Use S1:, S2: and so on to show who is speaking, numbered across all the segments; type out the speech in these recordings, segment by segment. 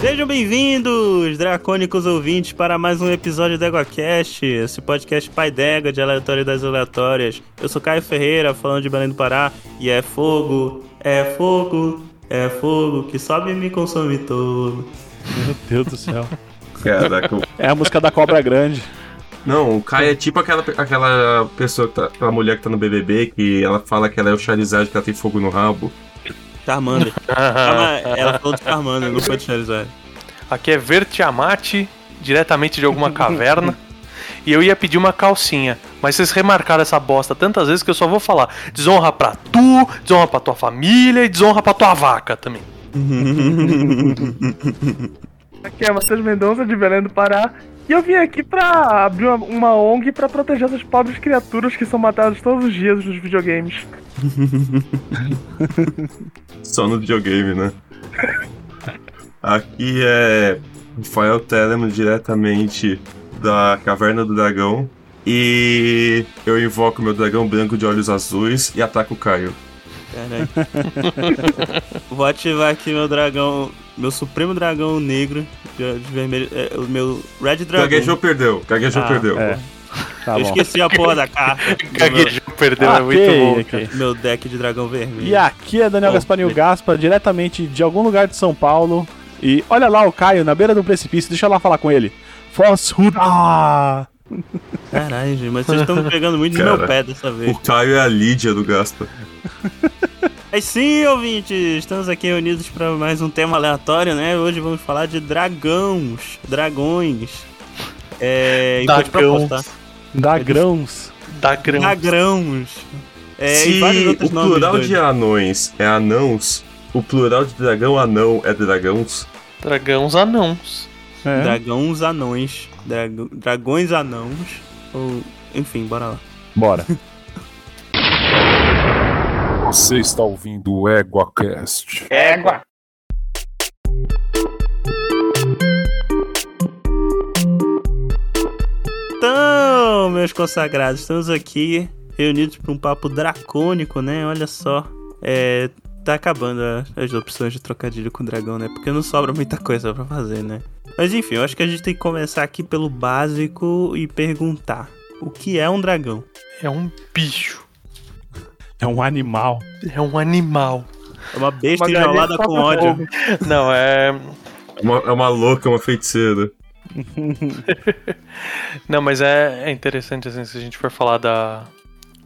S1: Sejam bem-vindos, dracônicos ouvintes, para mais um episódio do EgoCast, esse podcast pai d'égua de aleatório das aleatórias. Eu sou Caio Ferreira, falando de Belém do Pará, e é fogo, é fogo, é fogo que sobe e me consome todo.
S2: Meu Deus do céu.
S3: Caraca. o-
S2: É a música da Cobra Grande.
S3: Não, o Kai é tipo aquela, aquela pessoa, que tá, aquela mulher que tá no BBB, que ela fala que ela é o Charizard, que ela tem fogo no rabo.
S1: Charmander. Ah, mas ela falou de Charmander, não foi de Charizard.
S4: Aqui é Vertiamate, diretamente de alguma caverna. E eu ia pedir uma calcinha, mas vocês remarcaram essa bosta tantas vezes que eu só vou falar desonra pra tu, desonra pra tua família e desonra pra tua vaca também.
S5: Aqui é Matheus Mendonça de Belém do Pará. E eu vim aqui pra abrir uma, uma ONG pra proteger essas pobres criaturas que são matadas todos os dias nos videogames.
S3: Só no videogame, né? Aqui é Rafael Telemo, diretamente da Caverna do Dragão. E eu invoco meu dragão branco de olhos azuis e ataco o Caio.
S1: Caraca. Vou ativar aqui meu dragão, meu supremo dragão negro, de, de vermelho, é, o meu Red
S3: Gaguejou,
S1: Dragon.
S3: perdeu. Gaguejou,
S1: Ah,
S3: perdeu.
S2: É. Tá
S1: Eu
S2: bom. Ah,
S1: esqueci a porra da carta. do meu-
S4: Gaguejou, perdeu, é muito
S2: Ok,
S4: bom.
S2: ok.
S1: Meu deck de dragão vermelho.
S2: E aqui é Daniel
S1: Bom,
S2: Gasparinho
S1: bem.
S2: Gaspa, diretamente de algum lugar de São Paulo. E olha lá o Caio na beira do precipício, deixa eu lá falar com ele. Fosruda!
S1: Caralho, gente, mas vocês estão pegando muito no meu
S3: Cara.
S1: pé dessa vez.
S3: O Caio é a Lídia do Gaspa.
S1: Mas sim, ouvintes, estamos aqui reunidos para mais um tema aleatório, né? Hoje vamos falar de dragões, dragões. É, e vou te
S4: Dragão.
S1: propostar.
S2: Dá grãos.
S4: Da grama.
S1: Dragões. É, e
S3: Se
S1: vários
S3: o
S1: outros nomes
S3: plural de
S1: doidos.
S3: anões é anãos, o plural de dragão anão é dragãos.
S4: Dragãos anãos.
S2: É.
S1: Dragões anões. Drago- Dragões anãos. Ou. Enfim, bora lá.
S2: Bora.
S6: Você está ouvindo o EguaCast.
S1: Então, meus consagrados, estamos aqui reunidos para um papo dracônico, né? Olha só. É, tá acabando a- as opções de trocadilho com dragão, né? Porque não sobra muita coisa pra fazer, né? Mas enfim, eu acho que a gente tem que começar aqui pelo básico e perguntar: o que é um dragão?
S4: É um bicho.
S2: É um animal.
S4: É um animal.
S1: É uma besta
S5: Uma galinha
S1: enrolada
S5: que
S1: com
S5: toca
S1: ódio.
S5: fogo.
S4: Não, é.
S3: É uma, é uma louca, uma feiticeira.
S4: Não, mas é, é interessante, assim, se a gente for falar da,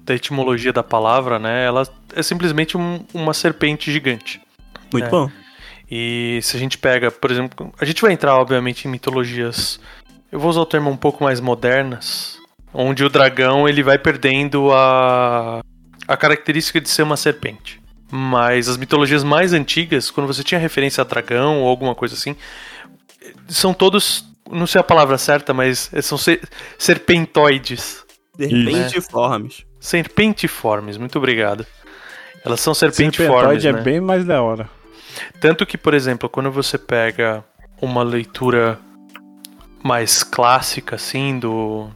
S4: da etimologia da palavra, né? Ela é simplesmente um- uma serpente gigante.
S1: Muito
S4: É.
S1: bom.
S4: E se a gente pega, por exemplo, a gente vai entrar, obviamente, em mitologias. Eu vou usar o termo um pouco mais modernas, onde o dragão ele vai perdendo a a característica de ser uma serpente. Mas as mitologias mais antigas, quando você tinha referência a dragão ou alguma coisa assim, são todos, não sei a palavra certa, mas são ser, serpentoides,
S1: De
S2: Isso.
S1: repente, formes.
S4: serpentiformes. Muito obrigado. Elas são serpentiformes,
S2: Serpentoide é
S4: né?
S2: bem mais da hora.
S4: Tanto que, por exemplo, quando você pega uma leitura mais clássica, assim, do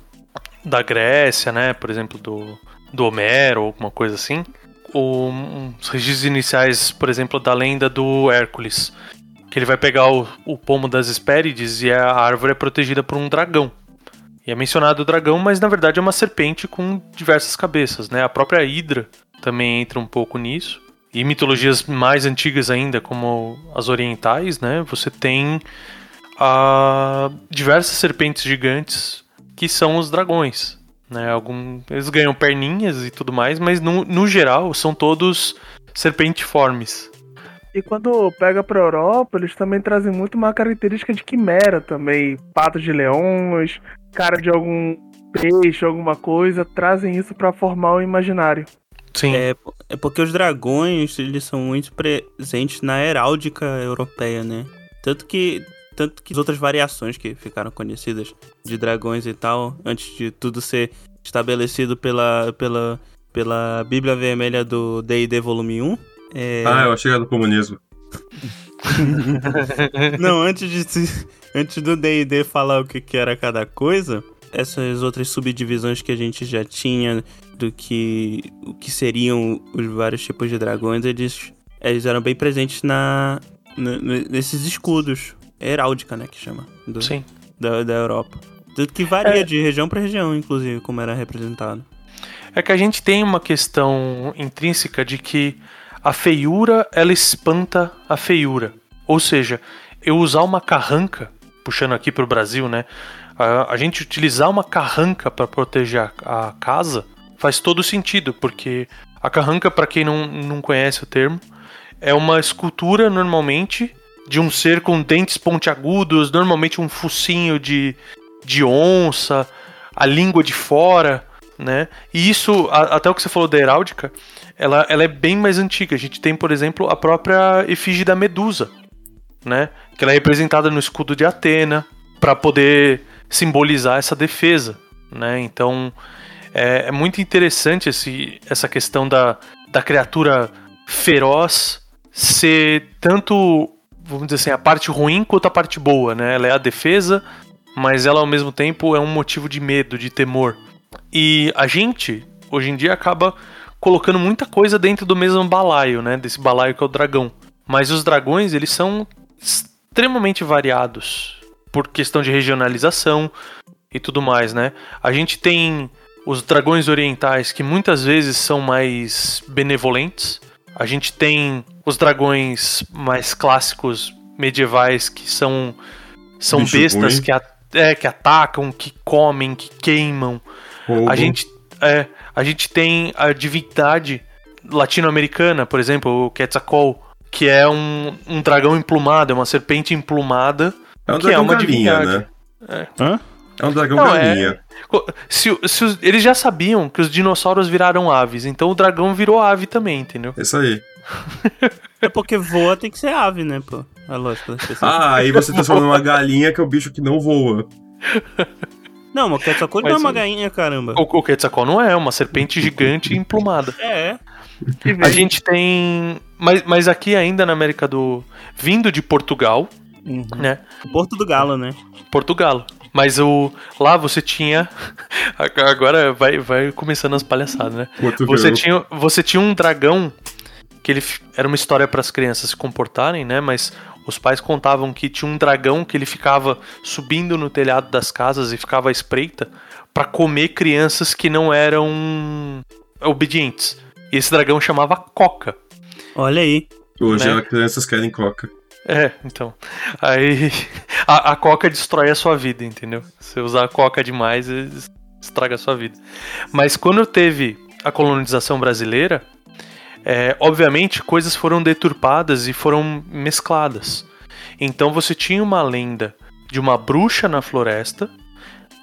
S4: da Grécia, né? Por exemplo, do, do Homero, ou alguma coisa assim. Ou um- os registros iniciais, por exemplo, da lenda do Hércules. Que ele vai pegar o, o pomo das Hespérides e a árvore é protegida por um dragão. E é mencionado o dragão, mas na verdade é uma serpente com diversas cabeças, né? A própria Hidra também entra um pouco nisso e mitologias mais antigas ainda, como as orientais, né? Você tem ah, diversas serpentes gigantes que são os dragões, né? Algum, eles ganham perninhas e tudo mais, mas no, no geral são todos serpentiformes.
S5: E quando pega pra Europa, eles também trazem muito uma característica de quimera também. Patas de leões, cara de algum peixe, alguma coisa, trazem isso pra formar o imaginário.
S4: Sim.
S1: É, po- é porque os dragões, eles são muito presentes na heráldica europeia, né? Tanto que tanto que as outras variações que ficaram conhecidas de dragões e tal, antes de tudo ser estabelecido pela pela pela Bíblia Vermelha do D&D volume 1. é,
S3: Ah, eu achei que era do comunismo.
S1: Não, antes de se- antes do D&D falar o que, que era cada coisa, essas outras subdivisões que a gente já tinha do que o que seriam os vários tipos de dragões, eles eles eram bem presentes na, na- nesses escudos heráldica, né, que chama, do-
S4: Sim.
S1: da, da Europa. Tanto que varia
S4: É.
S1: de região pra região, inclusive, como era representado.
S4: É que a gente tem uma questão intrínseca de que a feiura ela espanta a feiura. Ou seja, eu usar uma carranca, puxando aqui para o Brasil, né? A, a gente utilizar uma carranca para proteger a, a casa faz todo sentido, porque a carranca, para quem não, não conhece o termo, é uma escultura normalmente de um ser com dentes pontiagudos, normalmente um focinho de, de onça, a língua de fora, né? E isso, a- até o que você falou da heráldica, ela, ela é bem mais antiga. A gente tem, por exemplo, a própria efígie da Medusa, né? Que ela é representada no escudo de Atena para poder simbolizar essa defesa, né? Então, é, é muito interessante esse, essa questão da, da criatura feroz ser tanto, vamos dizer assim, a parte ruim quanto a parte boa, né? Ela é a defesa, mas ela ao mesmo tempo é um motivo de medo, de temor. E a gente, hoje em dia, acaba colocando muita coisa dentro do mesmo balaio, né? Desse balaio que é o dragão. Mas os dragões, eles são extremamente variados por questão de regionalização e tudo mais, né? A gente tem os dragões orientais que muitas vezes são mais benevolentes. A gente tem os dragões mais clássicos medievais que são são
S3: Bicho
S4: bestas
S3: ruim.
S4: que, a- é, que atacam, que comem, que queimam.
S3: Roubo.
S4: A gente, é, a gente tem a divindade latino-americana, por exemplo, o Quetzalcoatl, que é um, um dragão emplumado, é uma serpente emplumada.
S3: É um
S4: que é
S3: dragão
S4: uma
S3: galinha,
S4: divindade.
S3: né?
S2: Hã?
S3: É um dragão
S4: Não, é-
S3: galinha.
S4: Co- Se, o- se os- eles já sabiam que os dinossauros viraram aves, então o dragão virou ave também, entendeu?
S3: É isso aí.
S1: É porque voa tem que ser ave, né, pô? A lógica das pessoas.
S3: Ah, aí você transforma numa galinha que é o bicho que não voa.
S1: Não, mas o Quetzalcoatl não é
S4: Mas
S1: uma
S4: o-
S1: gainha, caramba.
S4: O, o Quetzalcoatl não é, é uma serpente gigante emplumada.
S1: É, é.
S5: Que
S4: A
S5: vem.
S4: gente tem. Mas, mas aqui ainda na América do. Vindo de Portugal, né?
S1: Porto do Galo, né?
S4: Portugal. Mas o lá você tinha agora vai vai começando as palhaçadas, né?
S3: Portugal.
S4: Você tinha você tinha um dragão que ele fi- era uma história para as crianças se comportarem, né? Mas os pais contavam que tinha um dragão que ele ficava subindo no telhado das casas e ficava à espreita para comer crianças que não eram obedientes. E esse dragão chamava Coca.
S1: Olha aí.
S3: Hoje
S4: né?
S3: as crianças querem coca.
S4: É, então. Aí a, a coca destrói a sua vida, entendeu? Se usar a coca demais, es- estraga a sua vida. Mas quando teve a colonização brasileira, é, obviamente coisas foram deturpadas e foram mescladas. Então você tinha uma lenda de uma bruxa na floresta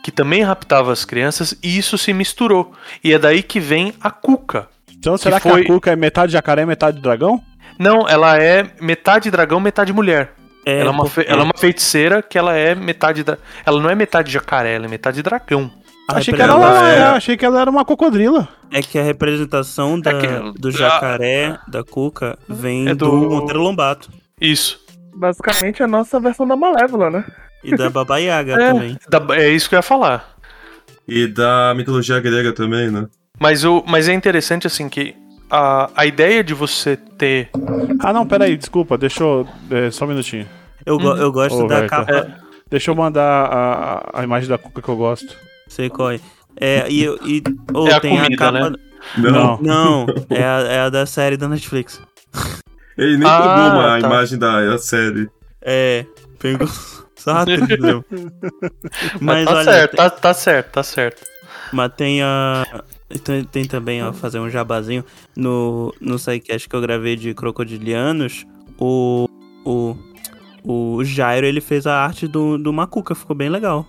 S4: que também raptava as crianças e isso se misturou. E é daí que vem a cuca.
S2: Então será que,
S4: foi-
S2: a Cuca é metade jacaré, metade dragão?
S4: Não, ela é metade dragão, metade mulher.
S1: É,
S4: Ela é, uma
S1: porque-
S4: fe- ela é uma feiticeira que ela é metade da. Ela não é metade jacaré, ela é metade dragão.
S1: a
S2: achei, que ela,
S1: representação-
S3: ela é-
S2: eu achei que ela era uma cocodrila.
S1: É que a representação da-
S4: É que-
S1: do jacaré, da cuca, vem
S4: É
S1: do...
S4: do-
S1: Monteiro Lombato.
S4: Isso.
S5: Basicamente a nossa versão da Malévola, né?
S1: E da Baba Yaga
S4: É.
S1: também.
S4: Da- é isso que eu ia falar.
S3: E da mitologia grega também, né?
S4: Mas, o, mas é interessante, assim, que a, a ideia de você ter.
S2: Ah não, peraí, desculpa, deixa eu. é, só um minutinho.
S1: Eu, go- eu gosto
S2: Ô,
S1: da
S2: velho,
S1: capa.
S4: É.
S2: Deixa eu mandar a, a imagem da Cuca que eu gosto.
S1: Sei qual é. É, e, e ou
S4: É a
S1: tem
S4: comida,
S1: a capa.
S4: né?
S2: Não.
S1: Não, é a, é a da série da Netflix.
S3: Ele nem
S4: Ah,
S3: pegou uma
S4: tá.
S3: imagem da, da série.
S1: É, pegou só a atriz mesmo.
S4: Mas
S1: Mas
S4: tá
S1: olha,
S4: certo,
S1: tem-
S4: tá, tá certo, tá certo.
S1: Mas tem a. Tem, tem também, ó, fazer um jabazinho. No, no sidecast que eu gravei de Crocodilianos, o. O. O Jairo, ele fez a arte do, do Macuca, ficou bem legal.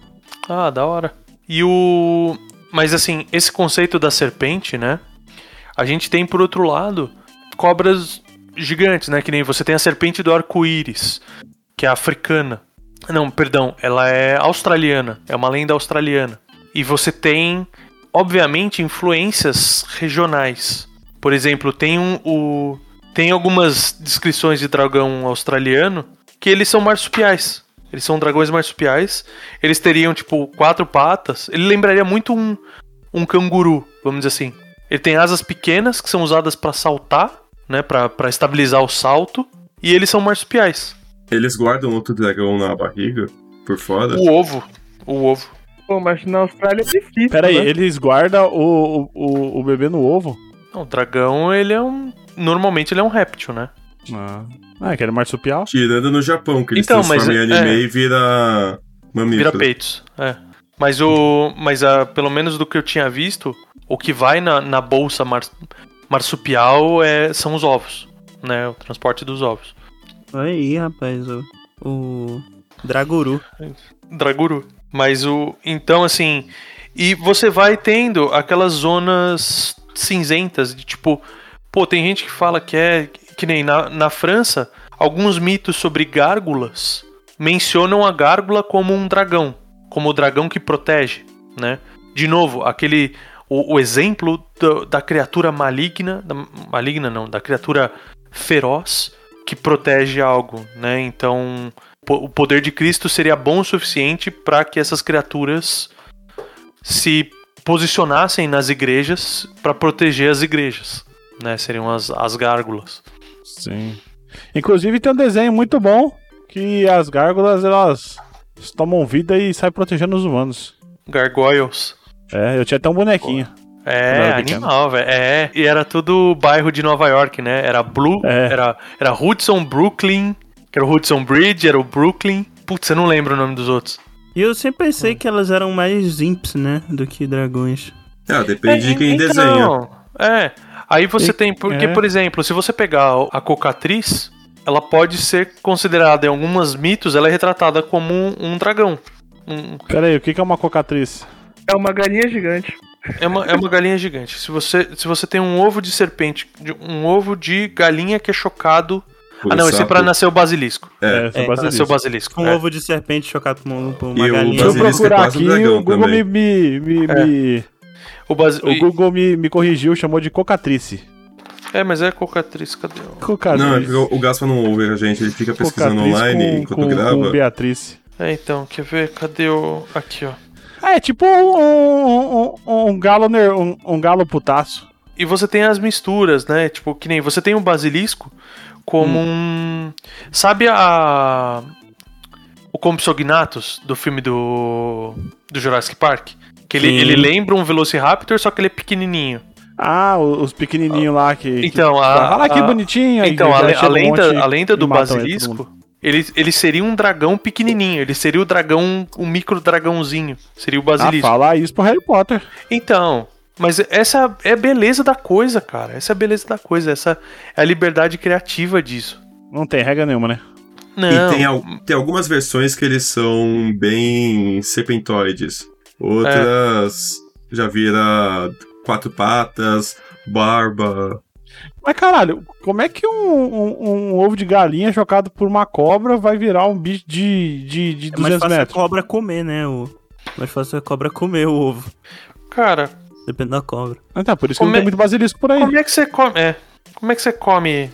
S4: Ah, da hora. E o. Mas assim, esse conceito da serpente, né? A gente tem, por outro lado, cobras gigantes, né? Que nem você tem a serpente do arco-íris, que é africana. Não, perdão, ela é australiana. É uma lenda australiana. E você tem, obviamente, influências regionais. Por exemplo, tem um, o. Tem algumas descrições de dragão australiano que eles são marsupiais. Eles são dragões marsupiais eles teriam, tipo, quatro patas. Ele lembraria muito um, um canguru, vamos dizer assim. Ele tem asas pequenas que são usadas pra saltar, né? Pra pra estabilizar o salto. E eles são marsupiais.
S3: Eles guardam outro dragão na barriga, por fora.
S4: O ovo. O ovo.
S5: Pô, mas na Austrália é difícil.
S2: Pera aí,
S5: né?
S2: eles guardam o, o, o, o bebê no ovo?
S4: Não, o dragão, ele é um. Normalmente ele é um réptil, né?
S2: Ah, ah que era marsupial?
S3: Tirando no Japão, que eles
S4: Então, mas
S3: transformam em
S4: é-
S3: anime e vira mamífero.
S4: Vira peitos. É. Mas o. Mas a, pelo menos do que eu tinha visto, o que vai na, na bolsa mar- marsupial é, são os ovos. Né? O transporte dos ovos.
S1: Olha aí, rapaz, o, o Draguru.
S4: Draguru. Mas o. Então, assim. E você vai tendo aquelas zonas cinzentas de tipo. Pô, tem gente que fala que é. Que nem na, na França, alguns mitos sobre gárgulas mencionam a gárgula como um dragão. Como o dragão que protege, né? De novo, aquele. O, o exemplo da- da criatura maligna. Da, maligna não, da criatura feroz que protege algo, né? Então po- o poder de Cristo seria bom o suficiente para que essas criaturas se posicionassem nas igrejas para proteger as igrejas, né? Seriam as, as gárgulas.
S2: Sim. Inclusive tem um desenho muito bom que as gárgulas elas tomam vida e saem protegendo os humanos.
S4: Gargoyles.
S2: É, eu tinha até um bonequinho.
S4: É,
S2: Quando eu era pequeno.
S4: animal, velho. É, e era tudo bairro de Nova York, né? Era Blue,
S2: É.
S4: era era Hudson Brooklyn, que era o Hudson Bridge, era o Brooklyn. Putz, eu não lembro o nome dos outros.
S1: E eu sempre pensei que elas eram mais imps, né? Do que dragões.
S3: Ah, depende
S4: É,
S3: de quem
S4: então,
S3: desenha.
S4: É. Aí você tem. Porque,
S2: é.
S4: por exemplo, se você pegar a cocatriz, ela pode ser considerada em alguns mitos, ela é retratada como um, um dragão. Um-
S2: Pera aí, o que que é uma cocatriz?
S5: É uma galinha gigante.
S4: é, uma, é uma galinha gigante. Se você, se você tem um ovo de serpente, de- um ovo de galinha que é chocado.
S3: Por
S4: ah, não, esse é
S3: sapo.
S4: pra nascer o basilisco.
S3: É.
S2: sou
S1: É,
S2: brasileiro.
S4: Nascer o basilisco.
S1: Com
S4: é.
S1: ovo de serpente chocado por uma, por uma
S3: E o
S1: galinha.
S2: Deixa eu procurar
S3: brasileiro- Basilisco é quase um
S2: aqui,
S3: dragão
S2: o Google me,
S3: também.
S2: me, me-
S4: É.
S2: me-
S4: O basi-
S2: o Google me, me corrigiu, chamou de cocatrice.
S4: É, mas é cocatriz, cadê? o-
S2: Cocatriz.
S3: Não, é porque o- o Gaspa não ouve a gente, ele fica pesquisando
S2: Cocatriz
S3: online
S2: com-
S3: enquanto
S2: com-
S3: grava.
S2: com Beatriz.
S4: É, então, quer ver? Cadê o. Aqui, ó.
S2: Ah, é tipo um, um, um, um galo ner- um, um galo putaço.
S4: E você tem as misturas, né? Tipo, que nem você tem o basilisco como
S2: Hum.
S4: um. Sabe a. O Compsognathus do filme do. do Jurassic Park? Que ele,
S1: Sim.
S4: ele lembra um Velociraptor, só que ele é pequenininho.
S2: Ah, o- os pequenininhos lá que. que-
S4: Então, a.
S2: Olha que
S4: a-
S2: bonitinho. aí
S4: Então, a,
S2: já
S4: le-
S2: chega
S4: a
S2: um monte
S4: lenda, a
S2: e
S4: lenda do
S2: mata todo mundo.
S4: basilisco, ele, ele seria um dragão pequenininho. Ele seria o dragão, um micro dragãozinho. Seria o
S2: Ah,
S4: basilisco.
S2: fala isso pro Harry Potter.
S4: Então, mas essa é a beleza da coisa, cara. Essa é a beleza da coisa. Essa é a liberdade criativa disso.
S2: Não tem regra nenhuma, né?
S4: Não.
S3: E tem, al- tem algumas versões que eles são bem serpentoides. Outras já vira quatro patas, barba.
S2: Mas caralho, como é que um, um- um ovo de galinha chocado por uma cobra vai virar um bicho de, de, de
S1: É mais
S2: 200
S1: fácil a
S2: metros?
S1: cobra comer, né? O... Mais fácil a cobra comer o ovo.
S4: Cara,
S1: Depende da cobra.
S2: Ah, tá, por isso que
S4: Como
S2: não tem
S4: é-
S2: muito basilisco por aí.
S4: como é que você come. É. Como é que você come.